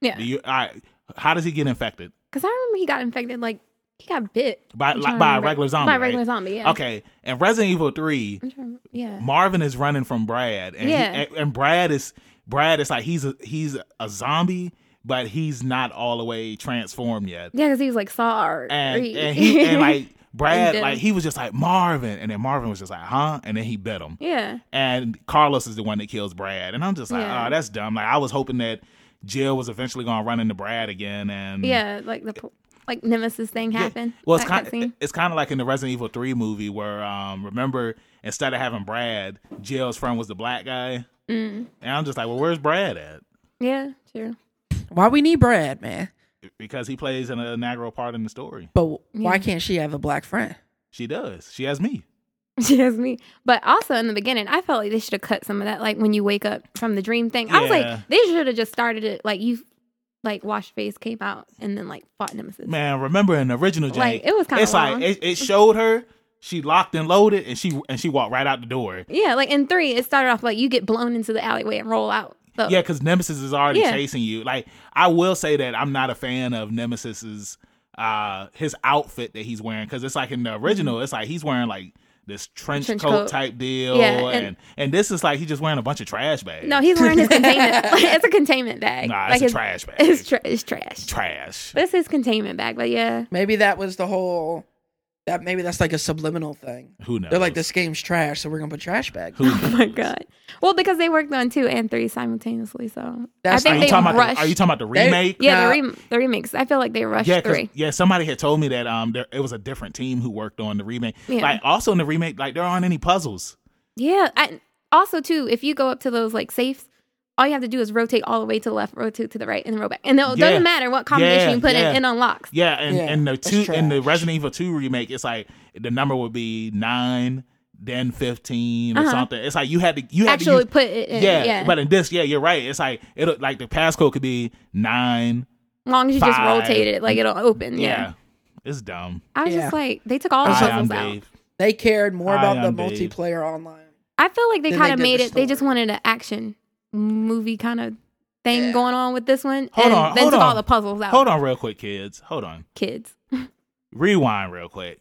Yeah,
Do you, I, how does he get infected?
because I remember he got infected. Like he got bit
By
I'm
like,
trying to
by a
remember.
regular zombie.
By a
right?
regular zombie. Yeah.
Okay. And Resident Evil Three,
I'm trying to- yeah.
Marvin is running from Brad, and, he-
Yeah.
and, and Brad is Brad is like he's a, he's a zombie, but he's not all the way transformed yet.
Yeah, because he was like saw or
And
Reed.
and he and like Brad
And then-
like he was just like Marvin, and then Marvin was just like huh, and then he bit him.
yeah,
And Carlos is the one that kills Brad, and I'm just like
Yeah.
oh that's dumb. Like I was hoping that Jill was eventually gonna run into Brad again, and
yeah, like the po- like nemesis thing
yeah.
happened.
Well, it's
that
kind of
cutscene.
it's kind of like in the Resident Evil Three movie where um remember instead of having Brad, Jill's friend was the black guy,
Mm.
and I'm just like, well, where's Brad at?
yeah, true.
Why we need Brad, man?
Because he plays an inaugural part in the story.
But w-
Yeah.
why can't she have a black friend?
She does. She has me.
She has me. But also in the beginning, I felt like they should have cut some of that, like when you wake up from the dream thing. I was
Yeah.
like, they should have just started it like you, like wash face came out and then like fought Nemesis.
Man, remember in the original Jane,
Like, it was kinda
It's
long.
like it, it showed her. She locked and loaded, and she and she walked right out the door.
Yeah, like in three, it started off like you get blown into the alleyway and roll out. So,
Yeah, because Nemesis is already
Yeah.
chasing you. Like I will say that I'm not a fan of Nemesis's uh his outfit that he's wearing because it's like in the original, it's like he's wearing like this trench,
Trench
coat,
coat.
type deal,
Yeah,
and,
and-
and this is like he's just wearing a bunch of trash bags.
No, he's wearing his containment. Like, it's a containment bag.
Nah, it's
like
a
his-
trash bag.
It's, tra- it's trash.
trash.
But it's his containment bag. But yeah,
Maybe that was the whole that maybe that's like a subliminal thing.
Who knows?
They're like this game's trash, so we're gonna put trash back.
Who
oh my god. Well, because they worked on two and three simultaneously, so
That's-
I
Are
think
you,
they
talking about
rushed.
the, are you talking about the
They-
remake?
yeah,
Nah.
the, rem the remakes. I feel like they rushed
yeah, 'cause-
three.
yeah. Somebody had told me that um, there, it was a different team who worked on the remake.
Yeah.
Like also in the remake, like there aren't any puzzles.
Yeah. And also, too, if you go up to those like safes, all you have to do is rotate all the way to the left, rotate to the right, and then roll back. And it
Yeah.
doesn't matter what combination
Yeah,
you put
yeah.
in, it unlocks.
Yeah, and
Yeah,
and the
it's
two in the
trash.
Resident Evil Two remake, it's like the number would be nine, then fifteen or
Uh-huh.
something. It's like you had to you had
Actually,
to
put it in.
use, yeah,
Yeah.
But in this, yeah, you're right. It's like it'll like the passcode could be nine.
as long as you just
five.
rotate it, like it'll open.
Yeah,
Yeah.
it's dumb.
I was
Yeah.
just like, they took all the
That's
Hi, I'm
puzzles out.
Dave.
They cared more
I
about the
am Dave.
multiplayer online.
I feel like they
Then they
kind of
did
made
the
it, they just
story.
wanted an action movie kind of thing
Yeah.
going on with this one.
Hold
and
on,
then
hold
took
on.
all the puzzles out.
Hold on, real quick, kids. Hold on.
Kids.
rewind real quick.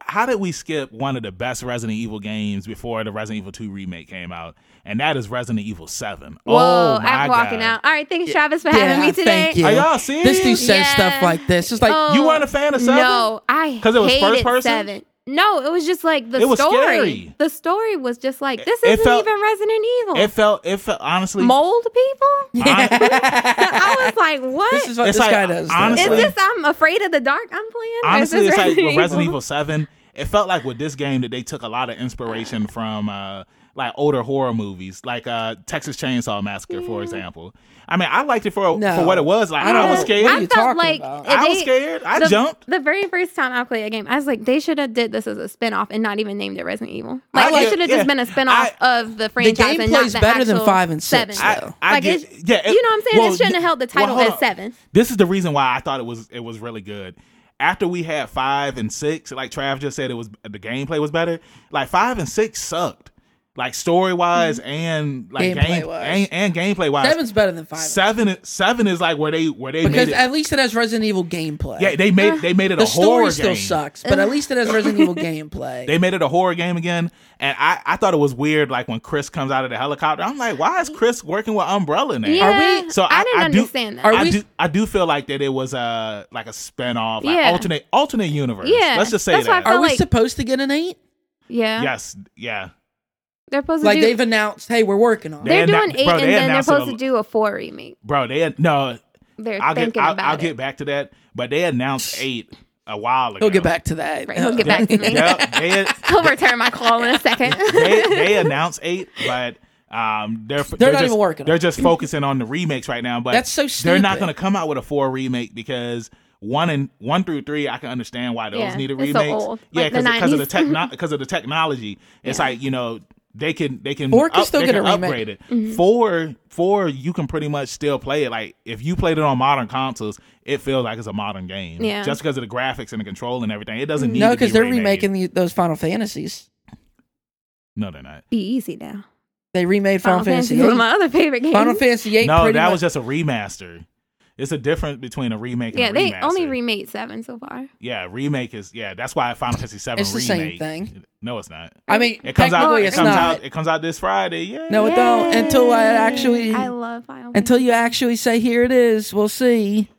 How did we skip one of the best Resident Evil games before the Resident Evil 2 remake came out? And that is Resident Evil 7.
Whoa,
oh my
I'm walking
God.
out. All right, thanks, Travis, for having
Yeah,
me today.
thank you.
Are y'all serious?
This dude says stuff
Yeah.
like this. It's like
Oh,
you weren't a fan of 7?
No, I
'Cause it was
hated
first person?
Seven. No, it was just like the
It was
story.
scary.
The story was just like this
It
isn't
felt-
even Resident Evil.
It felt, it felt, honestly.
Mold people.
hon-
I was like, what
this
is
is what
It's
this
like,
guy does.
honestly-
this? I'm afraid of the dark. I'm playing. Or is
honestly,
this
it's like with Resident Evil 7, it felt like with this game that they took a lot of inspiration from, uh, like older horror movies, like uh, Texas Chainsaw Massacre, for example. I mean, I liked it for
No.
for what it was. Like I,
I
was
don't-
scared.
What are
Mm-hmm. I
you talking
felt like
about?
if
I was
they-
scared. I
the,
jumped.
The very first time I played a game, I was like, they should have did this as a spin-off and not even named it Resident Evil. Like
like-
they should have
yeah.
just been a spin-off of the franchise.
game
and not
plays
the
better than
actual
five and
seven.
six, though.
I, I
like
get,
it's,
yeah, it-
you know what I'm saying?
well,
it shouldn't have
yeah,
held the
well,
title
hold
as
on.
seven.
This is the reason why I thought it was it was really good. After we had five and six, like Trav just said, it was the gameplay was better. Like five and six sucked. like story wise
Mm-hmm.
and like game
Gameplay-wise.
and, and gameplay wise.
Seven's better than five.
Seven, is- seven is like where they where they
because
made it.
at least it has Resident Evil gameplay.
yeah, they made they made it
the
a horror
story
game.
still sucks, but at least it has Resident Evil gameplay.
They made it a horror game again, and I, I thought it was weird. Like when Chris comes out of the helicopter, I'm like, why is Chris working with Umbrella now?
Yeah,
we-
So I,
I didn't
I do,
understand that.
Are
I
we-
do, I do feel like that it was a like a spinoff, like
Yeah.
alternate alternate universe.
Yeah.
let's just say
That's why I
that.
Are we
like-
supposed to get an eight?
yeah,
yes, yeah.
they're supposed to
Like
do.
they've announced, hey, we're working on it.
They
they're doing
annou-
eight,
bro,
and
they
then they're
announced it
supposed
a-
to do a four remake.
bro. They no,
They're
I'll get
thinking
I'll,
about
I'll
it.
get back to that. But they announced eight a while ago.
He'll get back to that.
Right, he'll get back to me.
Yep, they,
He'll return my call in a second.
they they announced eight, but um, they're they're,
not
just,
even working on
They're
it.
just focusing on the remakes right now. But
That's so
They're not
stupid.
going to come out with a four remake because one and one through three, I can understand why those
Yeah,
need a
it's so
remake.
old,
yeah,
like the
because of the
90s.
techno- because of the technology, it's like you know. They can they can
Four can
up-
still
they
get a
can
remake.
upgrade it.
Mm-hmm.
Four four you can pretty much still play it. Like if you played it on modern consoles, it feels like it's a modern game.
Yeah.
Just because of the graphics and the control and everything, it doesn't need.
Mm, No,
because
because they're remaking the, those Final Fantasies.
No, they're not.
Be easy now.
They remade Final,
Final
Fantasy.
Fantasy is one of
8.
my other favorite games.
Final Fantasy Eight.
No,
pretty
that
much-
was just a remaster. It's a difference between a remake.
yeah,
and a
they
remaster.
only remade seven so far.
yeah, remake is yeah. That's why Final Fantasy VII
It's the
remake.
same thing.
No, it's not.
I mean,
It comes out.
technically
It
it's
comes
not.
out. It comes out this Friday. Yeah.
No, it don't. Until I actually,
I love Final
until you actually say, "Here it is," we'll see.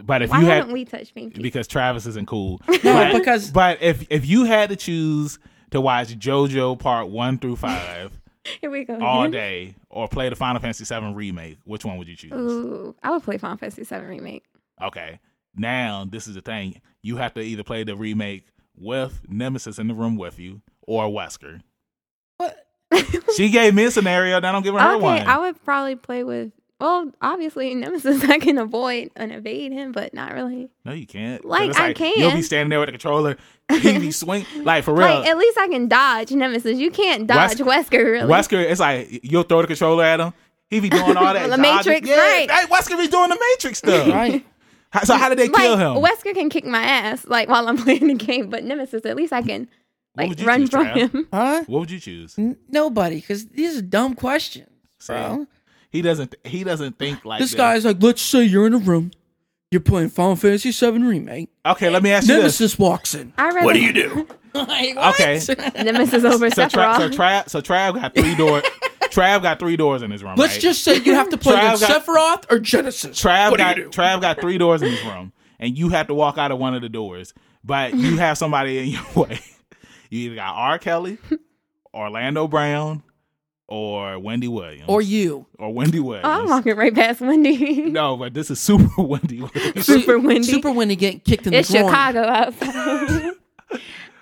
But if
Why
you
haven't
had
we touched Pinky?
because Travis isn't cool.
No,
But-
because
but if if you had to choose to watch JoJo Part One through Five
Here we go.
all
again.
day or play the Final Fantasy VII remake, which one would you choose?
Ooh, I would play Final Fantasy Seven remake.
Okay. Now this is the thing. You have to either play the remake with Nemesis in the room with you or Wesker.
What?
she gave me a scenario, now I'm giving her
okay,
one.
I would probably play with. Well, obviously Nemesis, I can avoid and evade him, but not really.
no, you can't. 'Cause
Like,
it's
I
You'll be
can.
standing there with the controller. He be swing like for real.
Like at least I can dodge Nemesis. You can't
Wes-
dodge Wesker, really.
Wesker, it's like you'll throw the controller at him. He be doing all that.
The
dodging.
Matrix,
yeah,
right.
Hey, Wesker be doing the Matrix stuff.
right?
How- So how did they
like,
kill him?
Wesker can kick my ass, like while I'm playing the game. But Nemesis, at least I can
What would
like
you
run
choose,
from
Trav?
him.
Huh?
what would you choose?
N- Nobody, because these are dumb questions, bro.
He doesn't. He doesn't think like
This guy's like, let's say you're in a room, you're playing Final Fantasy VII remake.
Okay, let me ask you this.
Nemesis walks in.
I rather
do?
Like,
Okay.
what?
Nemesis over
So Trav, so
Sephiroth.
Trav, so Trav got three doors. Trav got three doors in his room.
Let's
right?
just say you have to play
Trav
against
got-
Sephiroth or Genesis.
Trav
What do you
got
do?
Trav got three doors in his room, and you have to walk out of one of the doors, but you have somebody in your way. You either got R. Kelly, Orlando Brown, or Wendy Williams,
or you.
or Wendy Williams.
Oh, I'm walking right past Wendy.
no, but this is super Wendy. Williams.
Super Wendy.
Super Wendy getting kicked in
it's
the groin.
Chicago outside.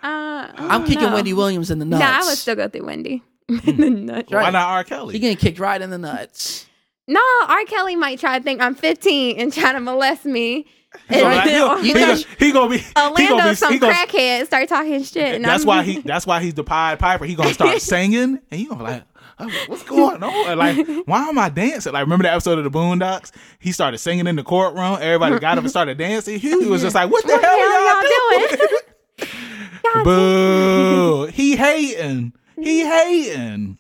uh,
I'm kicking
Wendy.
Wendy Williams in the nuts.
No, I would still go through Wendy. the nuts.
Hmm. Why not R.
You're
Kelly?
getting kicked right in the nuts.
No, R. Kelly might try to think I'm 15 and try to molest me.
So
And
like,
then
he'll- he,
you know-
gonna, he gonna be. he gonna be-
Orlando, some
he gonna-
crackhead, start talking shit. and
that's
I'm-
why he. That's why he's the Pied Piper. He gonna start singing, and you gonna be like, "Oh, "What's going on? Like, why am I dancing?" Like, remember the episode of the Boondocks? He started singing in the courtroom. Everybody got up and started dancing. Huey was just like, "What the
What the
hell,
hell
y'all doing?"
y'all doing? God,
Boo! he hating.
Mm-hmm.
He hating.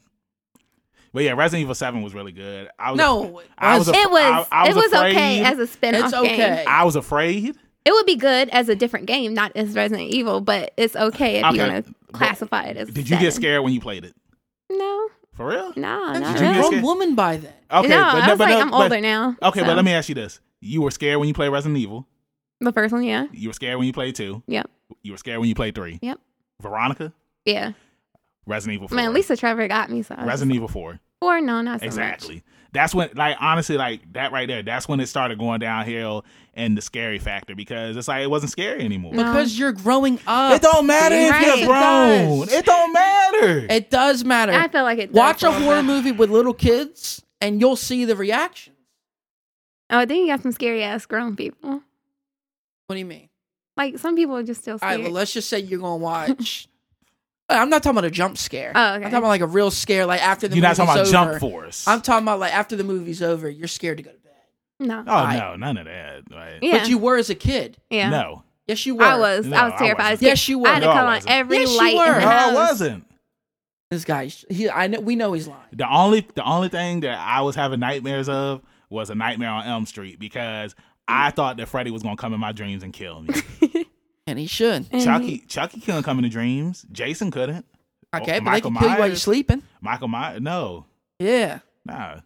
But yeah, Resident Evil Seven was really good. I was
No,
I was a-
it was
I- I
it
was
was okay
afraid.
as a spin-off
It's okay.
game.
I was afraid.
It would be good as a different game, not as Resident Evil, but it's okay if you
Okay.
want to classify it as.
Did you get
seven.
scared when you played it?
No,
For real?
no, not
You're
you
a
get
really.
grown
scared?
woman by then.
Okay,
no, I was
but
like, I'm
but-
older now.
Okay,
so.
but let me ask you this: You were scared when you played Resident Evil.
The first one, yeah,
You were scared when you played two.
Yep.
You were scared when you played three.
Yep.
Veronica,
yeah.
Resident Evil. 4.
Man, Lisa Trevor got me. So I was just
Resident Evil Four.
Or no, not so
Exactly. That's when, like, honestly, like that right there. That's when it started going downhill and the scary factor because it's like it wasn't scary anymore.
No.
Because you're growing up.
It don't matter if
Right.
you're grown.
It does.
It don't matter.
It does matter.
Much. I feel like it. does
Watch a
little
horror
bit.
movie with little kids, and you'll see the reaction.
Oh, then you got some scary ass grown people.
What do you mean?
Like some people are just still
All
scared.
right, well, let's just say you're gonna watch. I'm not talking about a jump scare.
Oh,
I'm
okay.
talking about like a real scare, like after the
you're not
movie's
talking about
over.
Jump Force.
I'm talking about like after the movie's over, you're scared to go to bed.
no.
oh
I-
no, none of that. Right?
yeah.
But you were as a kid.
yeah.
No,
Yes, you were.
I was.
No,
I was
I
terrified.
wasn't.
as a kid.
Yes, you were.
I had to
No, I
come on
wasn't.
every
Yes, you
light.
were.
In the
no, I
house.
wasn't.
This guy, he, I know, we know he's lying.
The only the only thing that I was having nightmares of was a nightmare on Elm Street because I thought that Freddy was gonna come in my dreams and kill me.
And he should.
And
Chucky Chucky couldn't come into dreams. Jason couldn't.
Okay, but
Oh, Michael
they can kill you while you're
Myers.
sleeping.
Michael Myers, no,
Yeah.
nah.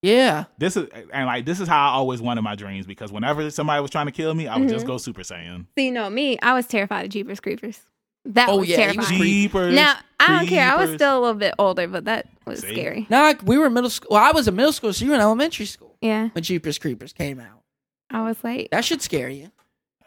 Yeah.
This is and like this is how I always wanted my dreams because whenever somebody was trying to kill me, I would
Mm-hmm.
just go Super Saiyan.
So you know me, I was terrified of Jeepers Creepers. That
Oh,
was
yeah, he was
terrifying.
creepy.
Jeepers.
now I don't care. I was
creepers.
still a little bit older, but that was
See?
scary.
Now, like, we were in middle school. Well, I was in middle school, so you were in elementary school
Yeah,
when Jeepers Creepers came out.
I was like,
That should scare you.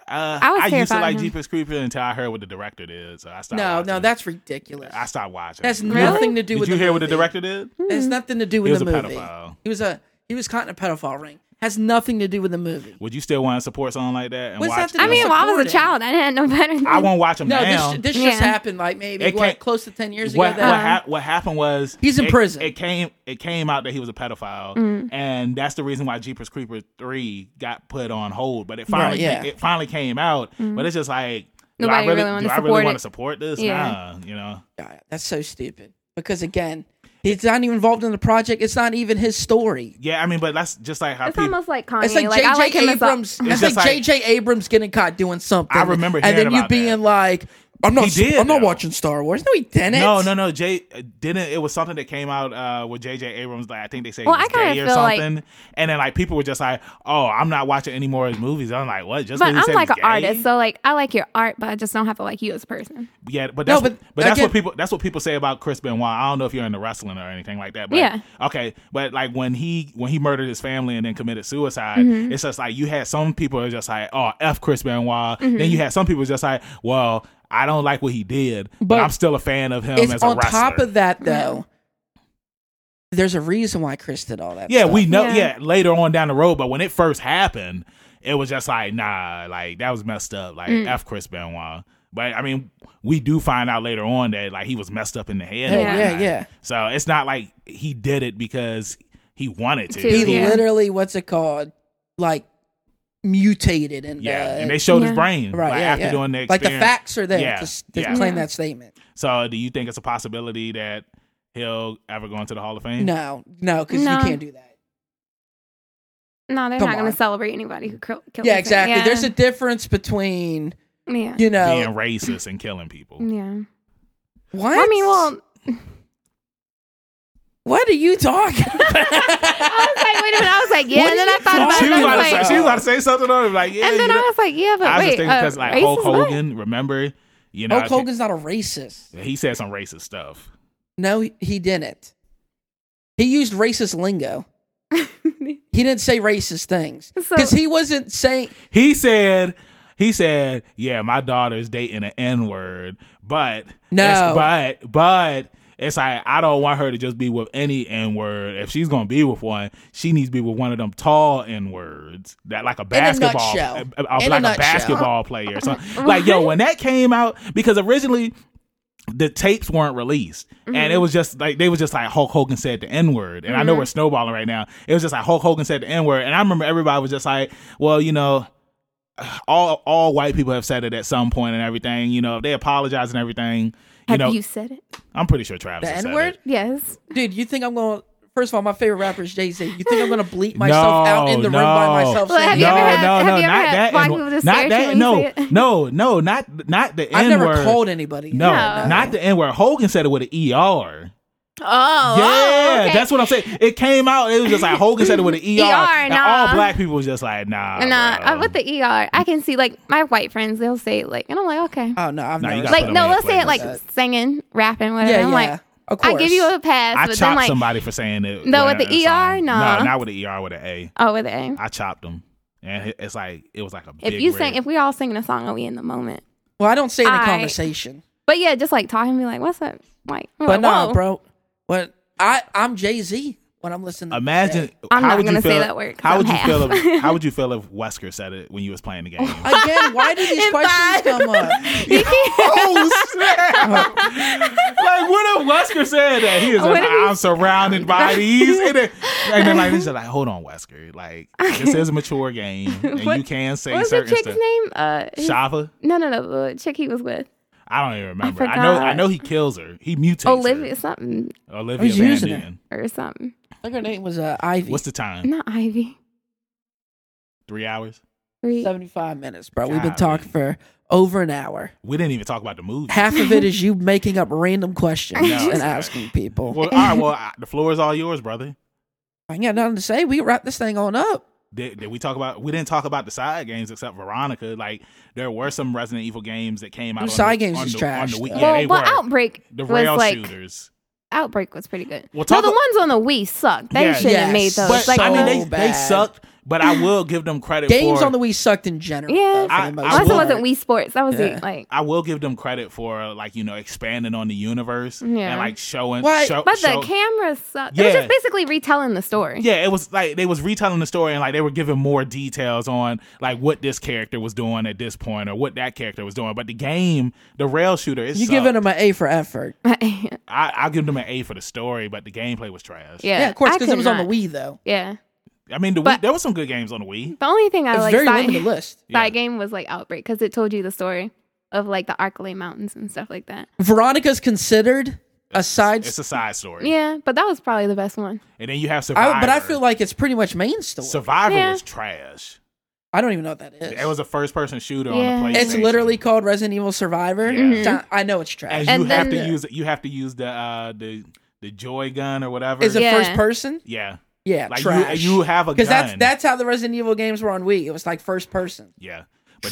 Uh,
I was
I used to
terrified of
like
him.
Jeepers Creepers until I heard what the director did, so I stopped.
No,
watching.
no, that's ridiculous.
I stopped watching.
That's
Did
nothing to do
you
with the
hear what the
movie.
director did?
It has nothing to do
He
with
was
the
a
movie.
pedophile.
He was a he was caught in a pedophile ring. Has nothing to do with the movie.
Would you still want to support something like that? And
What's
watch
that to
I
them?
mean, while I was
supported.
a child, I didn't know better. Than
I won't watch him
No,
now.
this this
Yeah.
just happened like maybe
It
what,
can't-
close to ten years
what,
ago.
what,
That,
hap- what happened was
He's in
it-
prison.
It came it came out that he was a pedophile,
Mm.
and that's the reason why Jeepers Creepers three got put on hold. But it
Right,
finally
yeah.
it finally came out. But it's just like do
Mm. Nobody
I really,
really wanna
do I
support
really want
it.
to support this?
Yeah.
Nah, you know.
God, that's so stupid. Because again, he's not even involved in the project. It's not even his story.
Yeah, I mean, but that's just like how
It's
people.
almost like Kanye.
It's like
like I
JJ
like him as a-
Abrams.
It's
It's like
just like-
JJ Abrams getting caught doing something.
I remember
and then
hearing
you
about
being
that.
like, "I'm not,
He did,
I'm not
though.
watching Star Wars." No, he didn't.
No, no, no. Jay didn't. It was something that came out uh, with J.J. Abrams. Like I think they say
Well,
he was
I kinda
gay or
feel like-
something. and then like people were just like, "Oh, I'm not watching any more of his movies." I'm like, "What?" Just
But
'cause he
I'm
said
like
he's
an
gay?
artist, so like I like your art, but I just don't have to like you as a person.
Yeah, but
No,
that's
but
but, that's
again-
what people that's what people say about Chris Benoit. I don't know if you're into wrestling or anything like that. But
Yeah.
okay, but like when he when he murdered his family and then committed suicide,
Mm-hmm.
it's just like you had some people who are just like, oh f Chris Benoit.
Mm-hmm.
Then you had some people just like, well, I don't like what he did, but,
But
I'm still a fan of him
It's
as a
on
wrestler.
top of that though. There's a reason why Chris did all that.
yeah,
stuff.
we know.
Yeah.
Yeah. later on down the road, but when it first happened, it was just like, nah, like that was messed up. Like
Mm.
f Chris Benoit. But I mean, we do find out later on that like he was messed up in the head.
Hell
and
Oh, yeah,
whatnot.
yeah.
So it's not like he did it because he wanted to.
To-
He
Yeah.
literally, what's it called? Like mutated and
yeah,
uh,
and they showed
Yeah.
his brain
right
like,
yeah,
after
yeah.
doing the
like
experience.
the facts are there
Yeah,
to, s- to
yeah.
claim
Yeah.
that statement.
So do you think it's a possibility that he'll ever go into the Hall of Fame?
No, no, because
No.
you can't do that.
No, they're
Come
not going
on.
to celebrate anybody who kill- killed.
Yeah,
his family.
exactly.
Yeah.
There's a difference between
yeah,
you know
Being racist and killing people.
yeah.
what?
I mean, well,
what are you talking? about?
I was like, wait a minute. I was like, yeah.
What
And
are
then I
you
thought about
She
it.
talking
And,
was,
I
about to
was
say,
like,
she was about to say something on like, yeah.
and then
you
I
know-
was like, yeah, but
I was
wait,
just thinking
uh,
because like Hulk
racist what?
Hogan, remember? You know,
Hulk Hogan's not a racist.
he said some racist stuff.
No, he- he didn't. He used racist lingo. He didn't say racist things
So-
because he wasn't saying.
He said, he said, yeah, my daughter's dating an N word, but
No.
it's- but but it's like I don't want her to just be with any N word. If she's gonna be with one, she needs to be with one of them tall N words that like a basketball,
nutshell.
a- a-
In a
like a,
nutshell.
basketball player. So like yo, when that came out, because originally the tapes weren't released. And
Mm-hmm.
it was just like they was just like Hulk Hogan said the N word, and I know we're snowballing right now. It was just like Hulk Hogan said the N word, and I remember everybody was just like, "Well, you know, all all white people have said it at some point and everything. You know, if they apologize and everything. You
Have
know,
you said it?
I'm pretty sure Travis.
The
has
N
said
word,
it.
Yes.
dude. You think I'm going? to First of all, my favorite rapper is Jay Z. You think I'm going to bleep myself out in the room by
no.
myself?
Well,
saying
have you
no,
ever had-
no,
have
no,
you ever
not
had
that.
black
N-
people just stare
not
at you
that.
when you
No,
say it?
no, no, not not the N word.
I've never called anybody.
No,
No.
not the N word. Hogan said it with an ER.
Oh,
yeah,
oh, okay. E
that's what I'm saying. It came out. It was just like Hogan said it with an ER. and
nah.
all black people was just like, nah.
Nah,
bro.
uh, with the ER, I can see like my white friends. They'll say it, like, and I'm like, okay.
Oh no, I've
No, you
never.
gotta
like
put 'em
no,
in
let's say it like
flavors.
singing, rapping, whatever.
yeah,
I'm
yeah.
like,
of course.
I give you a pass,
I
but
chopped
then like,
somebody for saying it.
No,
when
with the
I-
ER? Nah.
No, not with the ER, with an A.
oh, with A.
I chopped them, and it- it's like it was like a.
If
big
you
rip.
sing, if we all singing a song, are we in the moment?
well, I don't say it in
I-
conversation,
But yeah, just like talking, be like, what's up? Like, I'm
but
like,
no,
whoa.
bro. What I I'm Jay Z when I'm listening. to
Imagine
I'm
how
not
would you
gonna
feel,
say that word 'cause
How would
I'm
you feel
half.
if how would you feel if Wesker said it when you was playing the game?
Jay. again. Why do these
In
questions
five.
come up?
oh snap! like what if Wesker said that? He was
What
like,
if he-
I'm surrounded by these, and then, and then like this is like, hold on, Wesker. Like this is a mature game, and
What-
you can say
What was the
certain
chick's
stuff.
name? Uh, his-
Shava.
no, no, no, the chick he was with.
I don't even remember. I, know I
forgot.
know he kills her. He mutates
Olivia
her.
something
Olivia
Who's
Van
using it?
Dien.
or something.
I think her name was uh, Ivy.
What's the time?
Not Ivy.
Three hours.
Three.
75 minutes, bro. We've been
Golly.
talking for over an hour.
We didn't even talk about the movie.
Half of it is you making up random questions
No.
and asking people.
well, all right. Well, I, the floor is all yours, brother.
I ain't got nothing to say. We wrap this thing on up.
Did, did we talk about? We didn't talk about the side games except Veronica. Like there were some Resident Evil games that came out.
Them
on
side
the,
games
on
is
the,
trash,
On the week.
though.
Yeah,
well,
they
well,
were.
Outbreak
the
was
rail
like
shooters.
Outbreak was pretty good.
Well,
no,
talk
the
a-
ones on the Wii sucked. They
Yes.
shouldn't have made
Yes.
those.
But
like oh,
I mean,
the-
they, they
bad.
sucked. But I will give them credit
Games
for
on the Wii sucked in general.
Yeah.
though, for the
I-
most
I
unless it
will-
part.
wasn't Wii Sports, that was
Yeah.
it. Like,
I will give them credit for like you know expanding on the universe
Yeah.
and like showing.
What?
Show,
but
show-
the camera sucked. It was
Yeah.
just basically retelling the story.
yeah, it was like they was retelling the story and like they were giving more details on like what this character was doing at this point or what that character was doing. But the game, the rail shooter, is
You're giving them an A for effort.
Yeah,
I, I'll give them an A for the story, but the gameplay was trash.
Yeah, of course,
I
because it
could
was on
not.
the Wii, though.
Yeah,
I mean, the Wii,
But-
there was some good games on the Wii.
the only thing I
It's
like
very
side,
limited list.
Yeah.
side game was like Outbreak because it told you the story of like the Arcalay Mountains and stuff like that.
Veronica's considered a side.
It's a side story.
Yeah, but that was probably the best one.
And then you have Survivor.
I, but I feel like it's pretty much main story.
Survivor
Yeah.
was trash.
I don't even know what that is.
It was a first person shooter
Yeah.
on the PlayStation.
it's literally called Resident Evil Survivor.
Yeah. Mhm.
Di- I know it's trash.
and,
And
you have to
then-
use you have to use the uh the the joy gun or whatever.
Is it
Yeah.
first person?
yeah.
Yeah,
Like
trash.
you you have a gun.
because that's that's how the Resident Evil games were on Wii. It was like first person.
yeah. But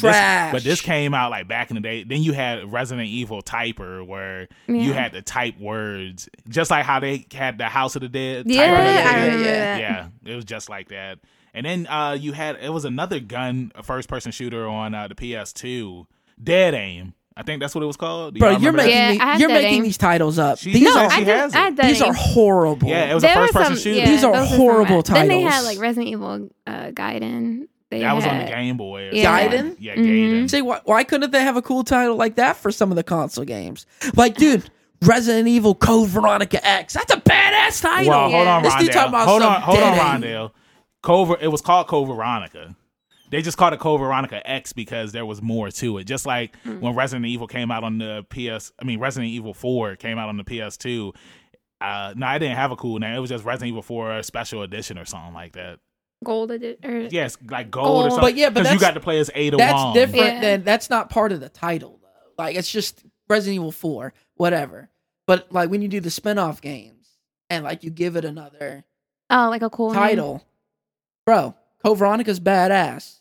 this
Trash.
but this came out like back in the day. Then you had Resident Evil Typer where you
Yeah.
had to type words. Just like how they had the House of the Dead.
Yeah,
Typer of the
yeah,
I
Dead.
remember
yeah.
that.
yeah, it was just like that. And then uh, you had it was another gun, a first person shooter on uh, the PS2, Dead Aim. I think that's what it was called. Do
Bro,
y'all
you're
remember that?
making
Yeah,
me-
I had
you're
that
making
aim.
these titles up.
She-
these
No,
are
she
I
has
did.
it.
I had that.
these
aim.
are horrible.
yeah, it was
There
a
were
first person
some-
shooter.
yeah,
These are
those some
horrible
bad- Then they had
titles.
like Resident Evil uh, Gaiden. They
That was on the
had,
Game Boy. Or
Yeah.
something.
Gaiden?
Yeah,
Mhm.
Gaiden.
See why, why couldn't they have a cool title like that for some of the console games? Like, dude, Resident Evil Code Veronica X. That's a badass title.
Well, hold on,
This dude
Rondell.
talking about
Hold
some
on, hold on,
dead end.
Rondell. Cover. It was called Code Veronica. They just called it Code Veronica X because there was more to it. Just like
Hmm.
when Resident Evil came out on the PS, I mean Resident Evil Four came out on the PS2. Uh, no, I didn't have a cool name. It was just Resident Evil Four Special Edition or something like that.
Gold edition. Or,
Yes, like gold, or
Gold.
something.
Oh, But yeah, but
because you
that's-
got to play as Ada
That's
Wong.
different
Yeah.
than that's not part of the title though. Like it's just Resident Evil Four, whatever. But like when you do the spin-off games and like you give it another
Oh, like a cool name.
title, bro, Code Veronica's badass.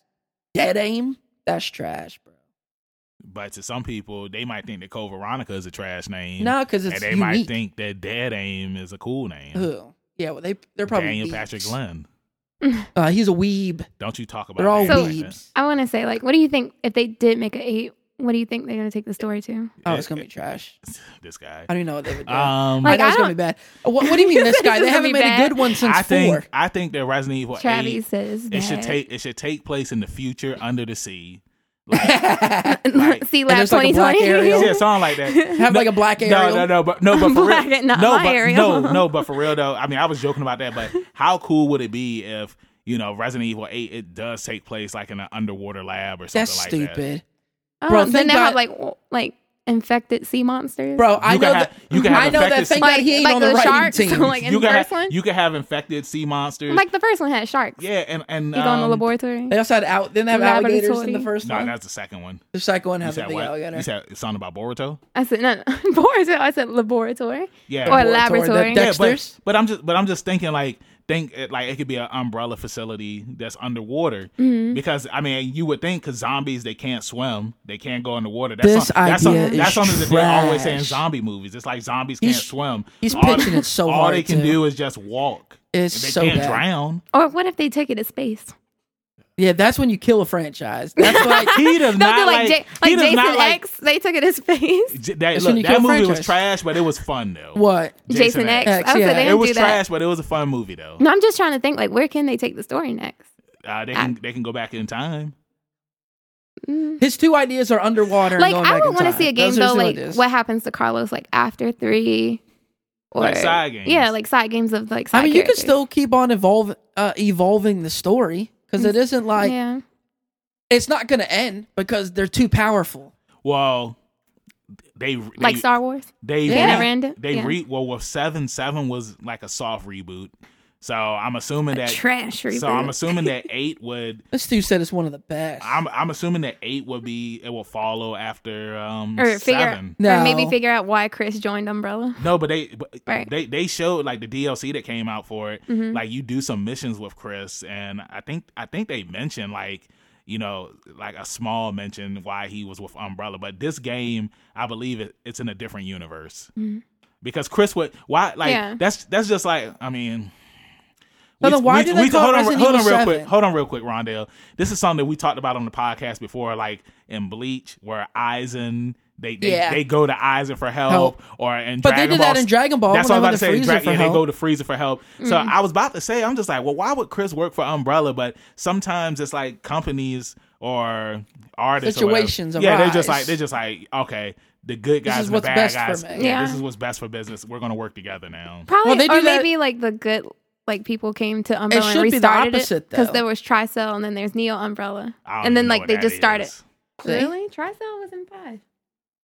Dead aim, that's trash, bro.
But to some people, they might think that Code Veronica is a trash name.
No, because
and
it's
they
unique.
might think that Dead Aim is a cool name.
Who? Yeah, well, they they're probably
Daniel
weebs.
Patrick Glenn.
Uh, he's a weeb.
Don't you talk about
They're all
that.
So-
Like
weebs.
I want to say, like, what do you think if they did make an eight? What do you think they're gonna take the story to?
Oh, it's gonna be trash.
that. this guy.
I don't even know what they would do.
Um,
Like,
I know
I
it's gonna be bad. What, what do you mean this
It's
guy? They
gonna
haven't
be
made a
bad.
good one since
I think
four.
I think that Resident Evil
Travis
Eight
says
it should
that.
take it should take place in the future under the sea. Like, like-
See,
And
Lab
there's, like, a
twenty
black
twenty.
area.
yeah, something like that.
Have
No,
like a black
No,
Ariel.
no, no, but no, but for
Black
real,
and not
no,
my
but,
Ariel.
no, no, but for real though. I mean, I was joking about that, but how cool would it be if you know Resident Evil Eight it does take place like in an underwater lab or something
That's
like that?
stupid.
Oh,
Bro,
then
thank
they
God-
have like w- like infected sea monsters.
Bro, I
can
know
have-
that.
you can
I
have
know that.
infected
Thank
skin.
God he ain't
Like-
on the
like the
writing
sharks,
team.
like- in
you
the
can
first
have,
one?
you can have infected sea monsters.
like the first one had sharks.
yeah, and and
You go in the
um,
laboratory.
they also had out. Then they have
Laboratory.
alligators in the first
No,
one.
that's the second one.
the second one
You
has the
said
big
what?
alligator.
You said it's something about Boruto.
I said no, no. laboratory. I said laboratory.
Yeah,
Or
Boruto,
laboratory.
the
Yeah, but,
Dexter's?
but I'm just but I'm just thinking like think it, like it could be an umbrella facility that's underwater
Mm-hmm.
because I mean you would think because zombies they can't swim they can't go in the water. That's
This
some- that's
idea
some-
is
that's something that they always say in
trash.
zombie movies. It's like zombies
He's-
can't swim.
he's
they-
pitching it so
all
hard,
they can
too.
do is just walk.
It's
they
so
can't
bad.
drown.
Or what if they take it to space?
yeah, that's when you kill a franchise. That's like
He does
They'll
not
do like J-
he
like
does
Jason
not like.
X. They took it to space.
J- That,
It's
look,
when you
that
kill
movie was
franchise.
trash, but it was fun though.
what?
Jason
Jason, X.
X,
I was
yeah.
like, they
It
don't
was
do that.
trash, but it was a fun movie though.
Mm-hmm.
No, I'm just trying to think. Like, where can they take the story next?
Uh, they can they can go back in time.
Mm.
His two ideas are underwater.
Like,
and
I would
want to
see a game
Those are his
though.
two
Like,
ideas.
what happens to Carlos like after three? Or
Like side games.
Yeah, like side games of like. Side
I mean, you could
characters.
still keep on evolve, uh, evolving the story because it isn't like
yeah.
it's not going to end because they're too powerful.
Well, they, they
like Star Wars.
they
They
Yeah.
never ended.
they
yeah.
re well well seven seven was like a soft reboot, so I'm assuming that
trash reboot.
so I'm assuming that eight would
This dude said it's one of the best.
I'm I'm assuming that eight would be it will follow after um
or figure
seven.
or maybe
No.
figure out why Chris joined Umbrella.
No, but they but
Right.
they they showed like the DLC that came out for it.
Mm-hmm.
Mhm.
Like you do some missions with Chris, and I think I think they mentioned like you know like a small mention why he was with Umbrella. But this game, I believe it, it's in a different universe
Mm-hmm.
Mhm.
because Chris would why like
Yeah.
that's that's just like I mean.
But then why do they call
hold on,
it Resident
hold on
Evil
real
7?
quick. Hold on real quick, Rondell. This is something that we talked about on the podcast before, like in Bleach, where Aizen they they,
Yeah.
they go to Aizen for help,
Help.
or in
but
Dragon
they did
Ball
that in Dragon Ball.
that's
when
what I'm about to
they went
say.
Freezer
Dra- yeah,
for
they
help. Mm.
go to freezer for help. So I was about to say, I'm just like, well, why would Chris work for Umbrella? But sometimes it's like companies or artists, or whatever.
Situations
yeah, they're just
arise.
like they're just like, okay, the good guys
is
and the
what's
bad
best for
guys. Yeah,
me.
Yeah.
this is what's best for business. We're gonna work together now.
Probably,
Well, they do
or
that-
maybe like the good like people came to Umbrella and
should be the
restarted
opposite,
because
though.
there was Tricell and then there's Neo Umbrella,
I don't
and then
even know
like
what
they
that
just started.
is.
See?
Really, Tricell was in five.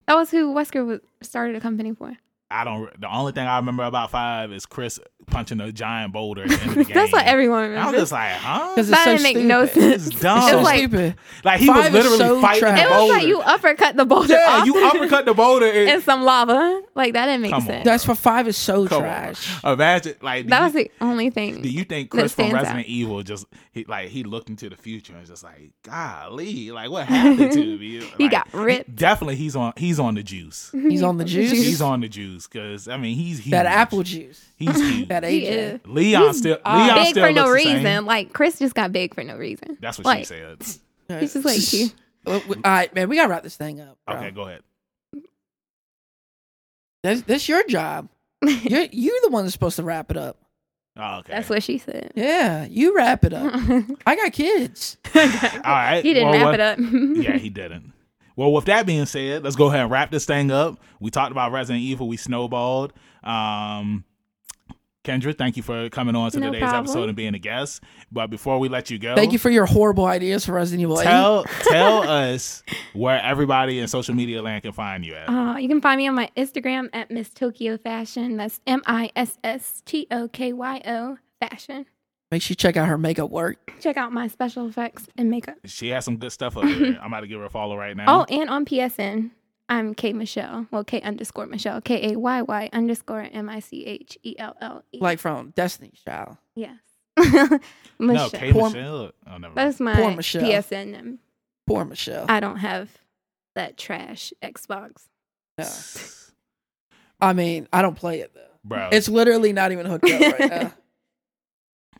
That was who Wesker was, started a company for.
I don't. The only thing I remember about Five is Chris punching a giant boulder. At the end of the game.
That's what everyone
I
remembers.
was just like, huh?
'Cause
that
it's so
didn't make no
stupid.
sense.
It's dumb.
It's so
like-
stupid.
like he
Five
was
is
literally
so
fighting
trash.
the
It
boulder.
was like you uppercut the boulder
yeah,
off
you uppercut the boulder. and-
in some lava. Like that didn't make
Come on.
sense.
That's for five is so
Come
trash.
on. Imagine like do
That
you-
was the only thing.
Do you think
that
Chris from
stands out.
Resident Evil just he like he looked into the future and was just like, golly, like what happened to me? Like,
got ripped.
Definitely, he's on he's on the juice.
He's on the juice.
he's on the juice because I mean he's huge.
that apple juice.
He's huge.
That
He
AJ.
is
Leon still
uh,
Leon
big
still
for no
looks the same.
reason. Like Chris just got big for no reason.
That's what
like,
she said.
He's just like you.
All right, man, we gotta wrap this thing up. Bro.
Okay, go ahead.
That's, that's your job. You're you're the one that's supposed to wrap it up.
Oh, okay,
That's what she said.
Yeah, you wrap it up.
he
I got kids.
all right.
didn't
well,
wrap
what-
it up.
yeah, he didn't. Well, with that being said, let's go ahead and wrap this thing up. We talked about Resident Evil. We snowballed. Um, Kendra, thank you for coming on to
No
today's
problem.
episode and being a guest. But before we let you go,
Thank you for your horrible ideas for Resident Evil 8.
tell tell us where everybody in social media land can find you
Uh-huh.
at.
Uh, you can find me on my Instagram at Miss Tokyo Fashion. That's M I S S T O K Y O Fashion.
Make sure you check out her makeup work.
Check out my special effects and makeup.
She has some good stuff up there. I'm about to give her a follow right now.
Oh, and on PSN, I'm K Michelle. Well, K underscore Michelle. K A Y Y underscore M I C H E L L E.
Like from Destiny's Child.
yes. Michelle.
no, K
Poor-
Michelle. Oh, never mind.
That's my
Poor Michelle.
PSN. name.
Poor Michelle.
I don't have that trash Xbox.
No. I mean, I don't play it though.
Bro,
It's literally not even hooked up right now.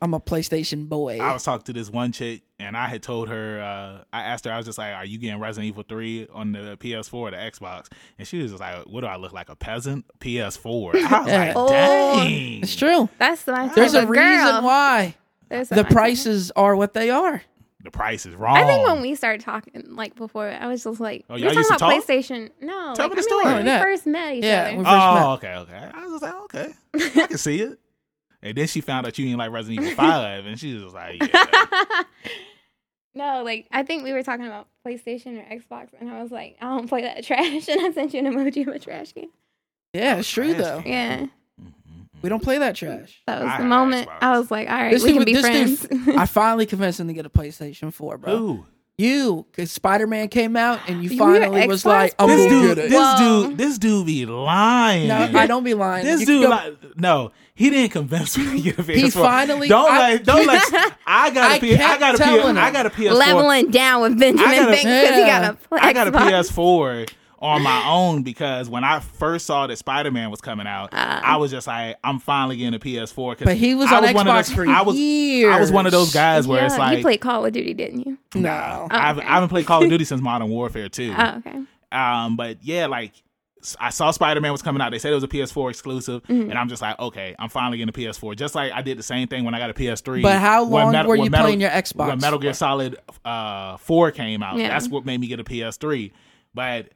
I'm a PlayStation boy.
I was talking to this one chick, and I had told her, uh, I asked her, I was just like, "Are you getting Resident Evil Three on the PS4 or the Xbox?" And she was just like, "What do I look like, a peasant? PS4?" I was like,
Oh.
"Dang,
it's true.
That's my type
There's a
of
reason
girl.
why
There's
the
my type.
prices are what they are.
the price is wrong."
I think when we started talking, like before, I was just like,
Oh,
we
y'all
"You're talking
used to
about
talk?
PlayStation." No,
Tell
like,
me
I
the
mean,
story.
When we
Yeah.
first met each
Yeah,
other.
we- first met.
oh, okay, okay. I was just like, "Okay, I can see it." And then she found out you didn't like Resident Evil Five, and she was just like, yeah.
no, like I think we were talking about PlayStation or Xbox, and I was like, "I don't play that trash," and I sent you an emoji of a trash can.
Yeah, it's true
Trash
though.
can.
Yeah,
Mhm.
We don't play that trash.
that was
I
the
had
moment
Xbox.
I was like, "All right,
This
we
dude-
can be
this
friends."
dude- I finally convinced him to get a PlayStation 4, bro.
Ooh,
You, because Spider Man came out and you
You were
finally was
Xbox
like, I'm
this
gonna
dude,
get it.
this
Whoa.
dude, this dude be lying.
No, I don't be lying.
This
You can
dude,
go-
like, no, he didn't convince me to get a PS4.
He finally-
don't
I-
let, don't let. I got a
I
P- I
kept
got a P-
telling him.
I got a PS4.
Leveling down with
I got
Benjamin
a-
Banks because he
Yeah.
got a
I got a
Xbox.
PS4 on my own because when I first saw that Spider Man was coming out,
Uh,
I was just like, I'm finally getting a PS4. 'cause
But he was
I
on
one of
Xbox
those-
for
I was,
years.
I was one of those guys where it's
Yeah,
like,
you played Call of Duty, didn't you?
No.
I haven't, I haven't played Call of Duty since Modern Warfare 2.
Oh, okay.
Um, but yeah, like s- I saw Spider Man was coming out. They said it was a PS4 exclusive,
Mm-hmm.
and I'm just like, okay, I'm finally getting a PS4. Just like I did the same thing when I got a PS3.
But how
when
long
Metal-
were
when
you
Metal-
playing your Xbox
When Metal Gear
for?
Solid uh, Four came out,
Yeah.
that's what made me get a PS3. But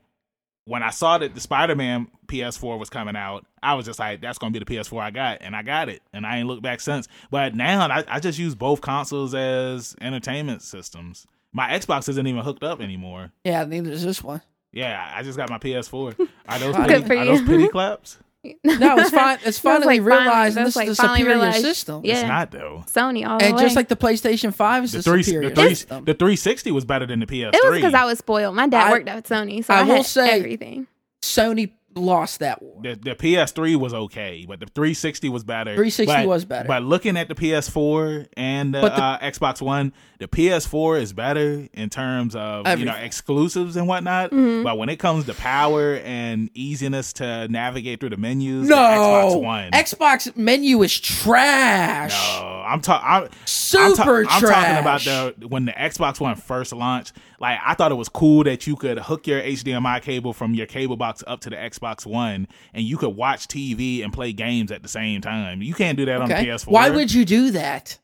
when I saw that the Spider Man PS4 was coming out, I was just like, that's gonna be the PS4 I got, and I got it, and I ain't looked back since. But now I, I just use both consoles as entertainment systems. My Xbox isn't even hooked up anymore.
Yeah, neither is this one.
Yeah, I just got my PS4. Are those
Good
pity,
for
are
you.
those pity claps?
No, it's fine. It's
That was,
finally
like, finally-
realized this
that was, like,
is a
finally
superior
realized.
system.
Yeah.
It's not though.
Sony all
And
the
just
way.
like the PlayStation Five is
The
the,
three,
superior um,
the three,
system.
the 360 was better than the PS3.
it was because I was spoiled. My dad
I-
worked at Sony, so
I
I,
will
had
say-
everything.
Sony lost that war.
the, the PS3 was okay, but the 360 was better.
360
But-
was better.
But looking at the PS4 and the,
But the-
uh, Xbox One, the PS4 is better in terms of you know
Everything. Mm-hmm.
exclusives and whatnot. But when it comes to power and easiness to navigate through the menus, the
No,
Xbox One.
Xbox menu is trash.
no, I'm talking. I'm, ta-
Super
I'm talking about
trash.
the when the Xbox One first launched. Like I thought it was cool that you could hook your HDMI cable from your cable box up to the Xbox One, and you could watch TV and play games at the same time. You can't do that on
Okay.
the PS4.
Why would you do that?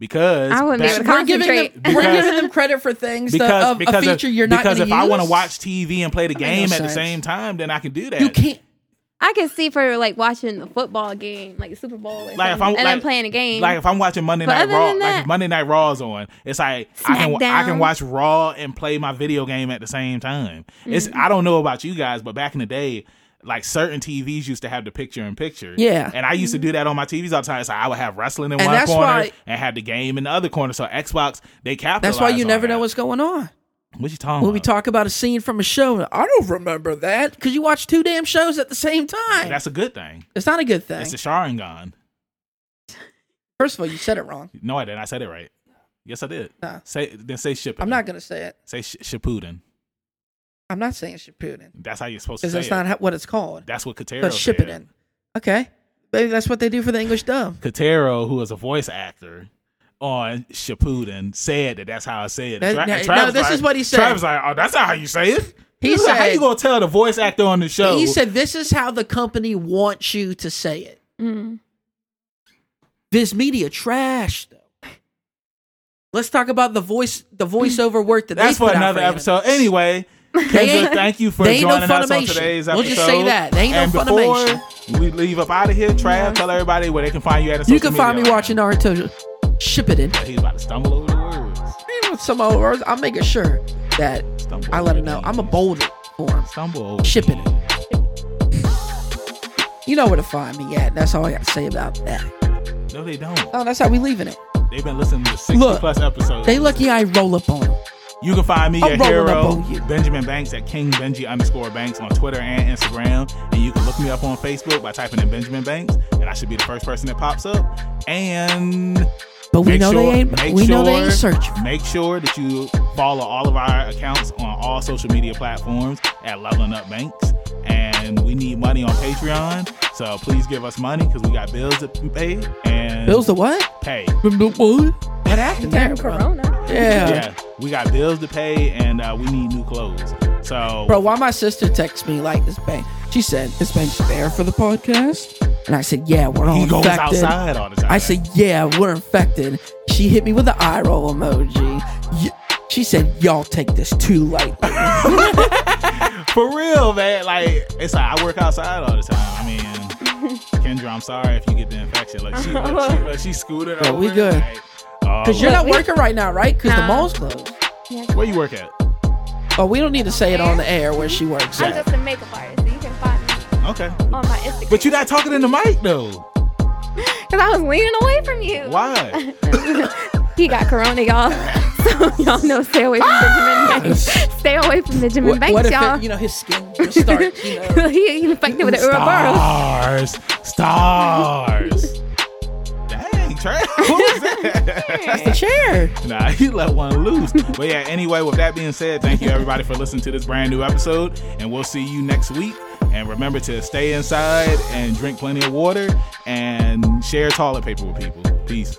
Because
I wouldn't be
back-
able to
We're giving them,
Concentrate.
we're
Because-
giving them credit for things that-
because
of
because
a feature
if,
you're not
because
gonna
if I want to
use.
watch TV and play the
no
game at the
sense.
same time, then I can do that.
you can't.
I could see for like watching the football game, like Super Bowl, or
Like if I'm
something, and
like,
I'm playing a game.
Like if I'm watching Monday
But
Night
other
Raw,
than
like
that-
if Monday Night Raw's on, it's like I can I can
Smackdown.
watch Raw and play my video game at the same time. It's
Mm-hmm.
I don't know about you guys, but back in the day, like certain TVs used to have the picture in picture.
Yeah.
and I used to do that on my TVs all the time. So I would have wrestling in
And
one
that's
corner
why-
and had the game in the other corner. So Xbox they capitalized.
That's why you
on
never
that.
know what's going on.
what you talking
When we
about?
talk about a scene from a show, I don't remember that because you watch two damn shows at the same time.
That's a good thing.
it's not a good thing.
It's the Sharingan.
First of all, you said it wrong.
No, I didn't. I said it right. Yes, I did.
Nah.
Say then say Shippuden.
I'm not gonna say it.
say sh- Shippuden.
I'm not saying Shippuden
That's how you're supposed to
because
say
that's
it.
not how, what it's called.
That's what Katero
But
said.
Shippuden. Okay, maybe that's what they do for the English dub.
Katero, who is a voice actor on Shippuden, said that that's how I say it.
That-
Tra-
no,
and Travis
no, this
like-
is what he said.
Travis like, oh, that's not how you say it.
He
This is- how
said-
you gonna tell the voice actor on the show?
He said this is how the company wants you to say it.
Mm.
Viz Media trash though. Let's talk about the voice, the voiceover work that
that's
they
for
put out
another
anime.
episode. Anyway,
ain't-
Kendra, thank you for
they ain't no
joining us on
Funimation.
today's episode.
We'll just say that. They ain't no
and before we leave up out of here, Trav, tell everybody where they can find you at. on
You
social
can find me
media.
watching Naruto. Shippuden.
He's about to stumble over the words.
Even with some old words, I'm making sure that
Stumble
I let him
over
know
names.
I'm a bold for him.
Stumble over
Shipping
names.
You know where to find me at. That's all I got to say about that.
No, they don't.
Oh, that's how we leaving it.
They've been listening to 60
Look,
plus episodes.
They lucky I roll up on 'em.
You can find me,
I'm
your
rolling
hero,
up on you.
Benjamin Banks at King Benji underscore Banks on Twitter and Instagram. And you can look me up on Facebook by typing in Benjamin Banks, and I should be the first person that pops up. And
But we know they ain't.
make
We know they ain't searching.
Make sure that you follow all of our accounts on all social media platforms at Leveling Up Banks. And we need money on Patreon, so please give us money because we got bills to pay. And
Bill's the what?
pay.
What happened there, bro?
Corona.
Yeah.
Yeah, we got bills to pay, and uh, we need new clothes. So
Bro, why my sister texts me like this bang? She said, "This bang's fair for the podcast," and I said, "Yeah, we're all
he goes
infected."
outside all the time.
I said, "Yeah, we're infected." She hit me with an eye roll emoji. Y- She said, "Y'all take this too lightly."
for real, man. Like it's like I work outside all the time. I mean, Kendra, I'm sorry if you get the infection. Like she, like, she, like, she scooted
Bro,
over.
we good.
like, oh,
Cause you're
like,
not working right now, right? Cause the
Nah.
mall's closed.
where you work at?
Oh, we don't need to say it on the air where she works.
I'm
At.
just a makeup artist. You can find me
Okay,
on my Instagram.
but you're not talking in the mic though.
Because I was leaning away from you.
Why?
He got corona, y'all. So y'all know stay away from Benjamin Banks. Stay away from Benjamin
Ah! What,
Banks,
what if
y'all.
it, you know his skin just starts? You know,
he, he infected with the Ouroboros.
Stars, stars. Dang, Trey, what was that?
that's the chair.
Nah, you let one loose. but yeah, anyway, with that being said, thank you everybody for listening to this brand new episode, and we'll see you next week. And remember to stay inside and drink plenty of water and share toilet paper with people. Peace.